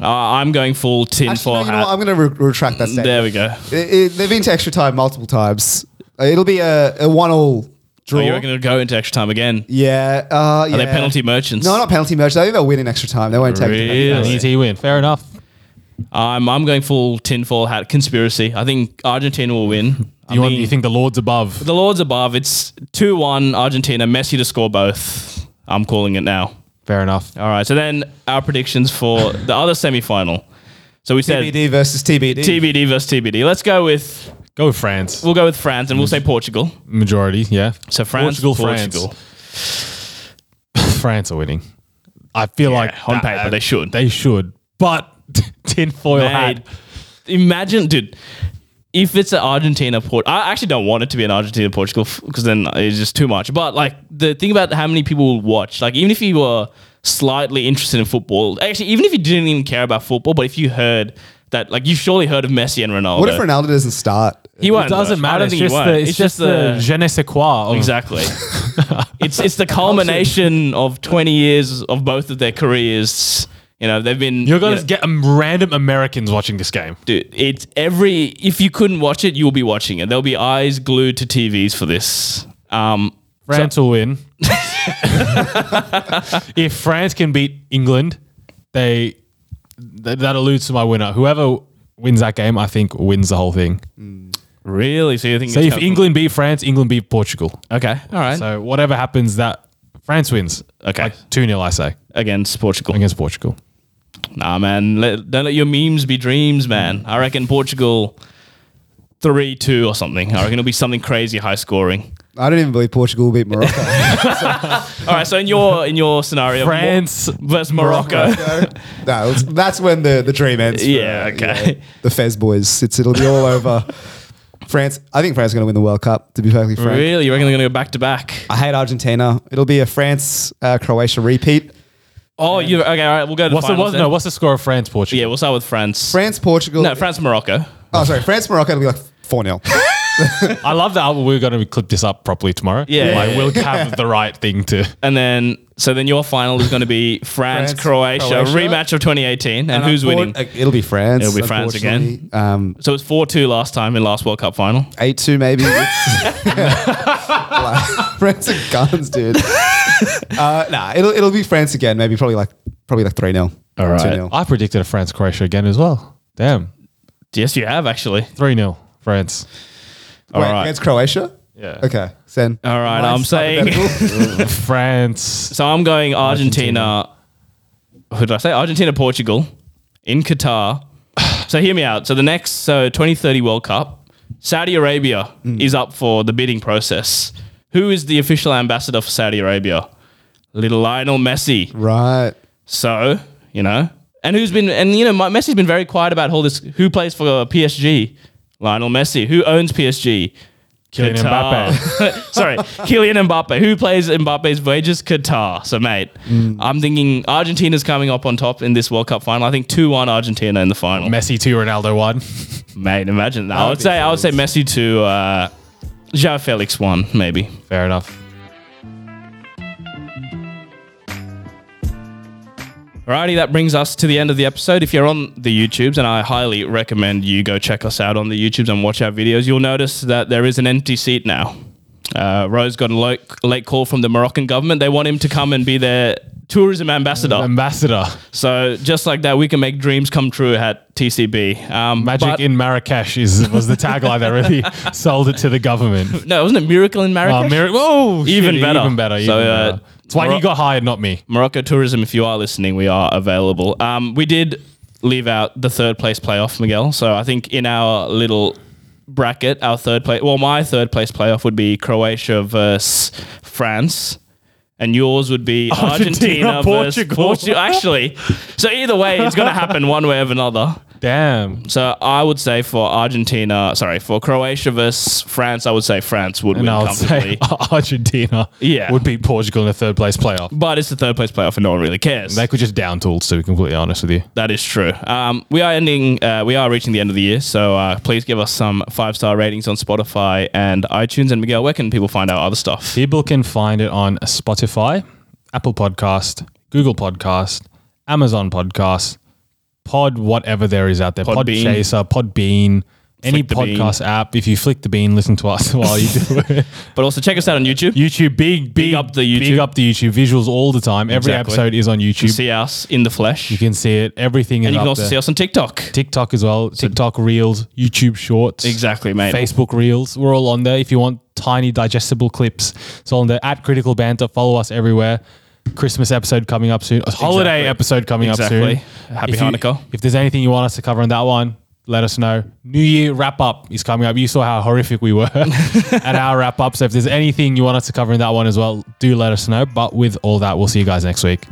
Uh, I'm going full tin Actually, no, foil you know hat. what? Mm, I'm going to re- retract that statement. there we go. It- it- they've been to extra time multiple times. Uh, It'll be a, a one all Oh, draw. you're going to go into extra time again. yeah. Uh, yeah. Are they penalty merchants? No, not penalty merchants. I think they'll win in extra time. They won't take. it. Really? An ET win. Fair enough. I'm, I'm going full tin foil hat conspiracy. I think Argentina will win. I You, want, mean- you think the Lord's above? The Lord's above. It's 2 1 Argentina, Messi to score both. I'm calling it now. Fair enough. All right. So then our predictions for the other semi final. So we said TBD versus TBD. TBD versus TBD. Let's go with, Go with France. we'll go with France and we'll say Portugal. Majority, yeah. So France, Portugal, Portugal, France. France are winning. I feel like on paper, they should. They should. But tinfoil Mate, hat. imagine, dude. If it's an Argentina port, I actually don't want it to be an Argentina Portugal because then it's just too much. But like the thing about how many people will watch, like even if you were slightly interested in football, actually, even if you didn't even care about football, but if you heard that, like, you've surely heard of Messi and Ronaldo. What if Ronaldo doesn't start? He won't. It though. doesn't I matter. don't It's think he just, won't. the, it's, just, the je ne sais quoi. Of, Exactly. it's it's the culmination of 20 years of both of their careers. You know, they've been. You're going to you know, get um, random Americans watching this game. dude, it's every. If you couldn't watch it, you'll be watching it. There'll be eyes glued to TVs for this. Um, France will win. if France can beat England, they th- that alludes to my winner. Whoever wins that game, I think wins the whole thing. really? So you think? So it's if coming- England beat France, England beat Portugal. Okay. All right. So whatever happens, that France wins. Okay. like two 0 I say Against Portugal. against Portugal. Nah, man. Let, don't let your memes be dreams, man. I reckon Portugal three two or something. I reckon it'll be something crazy high scoring. I don't even believe Portugal will beat Morocco. All right. So in your in your scenario, Mo- France. versus Morocco. no, it's- that's when the, the dream ends. for, uh, Yeah, okay. the Fez boys. It's, it'll be all over. France. I think France is going to win the World Cup, to be perfectly frank. Really? You reckon they're going to go back to back? I hate Argentina. It'll be a France uh, Croatia repeat. Oh, you okay? All right, we'll go to What's the, finals. what's, then. no, what's the score of France Portugal? yeah, we'll start with France. France Portugal. no, France Morocco. Oh, sorry. France Morocco. It'll be like 4 0. I love that. We're going to clip this up properly tomorrow. Yeah. Like, we'll have the right thing to. And then, so then your final is going to be France, France, Croatia, Croatia. rematch of 2018. And, who's winning? uh, It'll be France. It'll be France again. unfortunately. Um, So it was 4 2 last time in last World Cup final. 8 2, maybe. It's- Like, France are guns, dude. Uh, nah, it'll, it'll be France again. Maybe probably like probably like 3 0. All I predicted a France Croatia again as well. Damn. Yes, you have, actually. 3 0 France. All Wait, right. against Croatia? Yeah. Okay. Sen. All right, Nice I'm saying. hypothetical. France. So I'm going Argentina. Who did I say? Argentina, Portugal in Qatar. so hear me out. So the next, so 2030 World Cup, Saudi Arabia is up for the bidding process. Who is the official ambassador for Saudi Arabia? Little Lionel Messi. right. So you know, and who's been and you know, my- Messi's been very quiet about all this. Who plays for PSG? Lionel Messi. Who owns PSG? Kylian Qatar. Sorry, Kylian Mbappe. Who plays Mbappe's wages? Qatar. So, mate, I'm thinking Argentina's coming up on top in this World Cup final. I think two-one Argentina in the final. Messi 2, Ronaldo 1. mate, imagine that. I would say I would say Messi to uh, Joao Felix one maybe. Fair enough. Alrighty, that brings us to the end of the episode. If you're on the YouTubes, and I highly recommend you go check us out on the YouTubes and watch our videos, you'll notice that there is an empty seat now. Uh, Rose got a lo- late call from the Moroccan government. They want him to come and be their tourism ambassador. Ambassador. So just like that, we can make dreams come true at TCB. Um, Magic but- in Marrakesh is, was the tagline that really sold it to the government. no, wasn't it miracle in Marrakesh? Uh, Mir- Whoa, Even shit, better. Even better. So, even uh, better. It's why Mor- he got hired, not me. Morocco Tourism, if you are listening, we are available. Um, we did leave out the third place playoff, Miguel. So I think in our little bracket, our third place, well, my third place playoff would be Croatia versus France. And yours would be Argentina, Argentina, versus Portugal. Portugal. Actually, so either way, it's going to happen one way or another. Damn. So I would say for Argentina, sorry, for Croatia versus France, I would say France would And win I'll comfortably. say Argentina Yeah. would beat Portugal in a third place playoff. But it's the third place playoff, and no one really cares. They could just down tools, to be completely honest with you. That is true. Um, we are ending. Uh, we are reaching the end of the year, so uh, please give us some five star ratings on Spotify and iTunes. And Miguel, where can people find our other stuff? People can find it on Spotify, Apple Podcast, Google Podcast, Amazon Podcast, Pod whatever there is out there, Pod Podbean. Chaser, Podbean, any the bean. podcast app. If you flick the bean, listen to us while you do it. But also check us out on YouTube. YouTube, big, big, up the YouTube. big up the YouTube visuals all the time. Every Exactly. episode is on YouTube. see us in the flesh, you can see it. Everything and is you up can also there. see us on TikTok. TikTok as well. TikTok Reels, YouTube Shorts. Exactly, mate. Facebook Reels. We're all on there. If you want tiny digestible clips, it's all on there. At Critical Banter, follow us everywhere. Christmas episode coming up soon. A holiday Exactly. episode coming Exactly. up soon. Happy if you- Hanukkah. if there's anything you want us to cover on that one, let us know. New Year wrap up is coming up. You saw how horrific we were at our wrap up. So if there's anything you want us to cover in that one as well, do let us know. But with all that, we'll see you guys next week.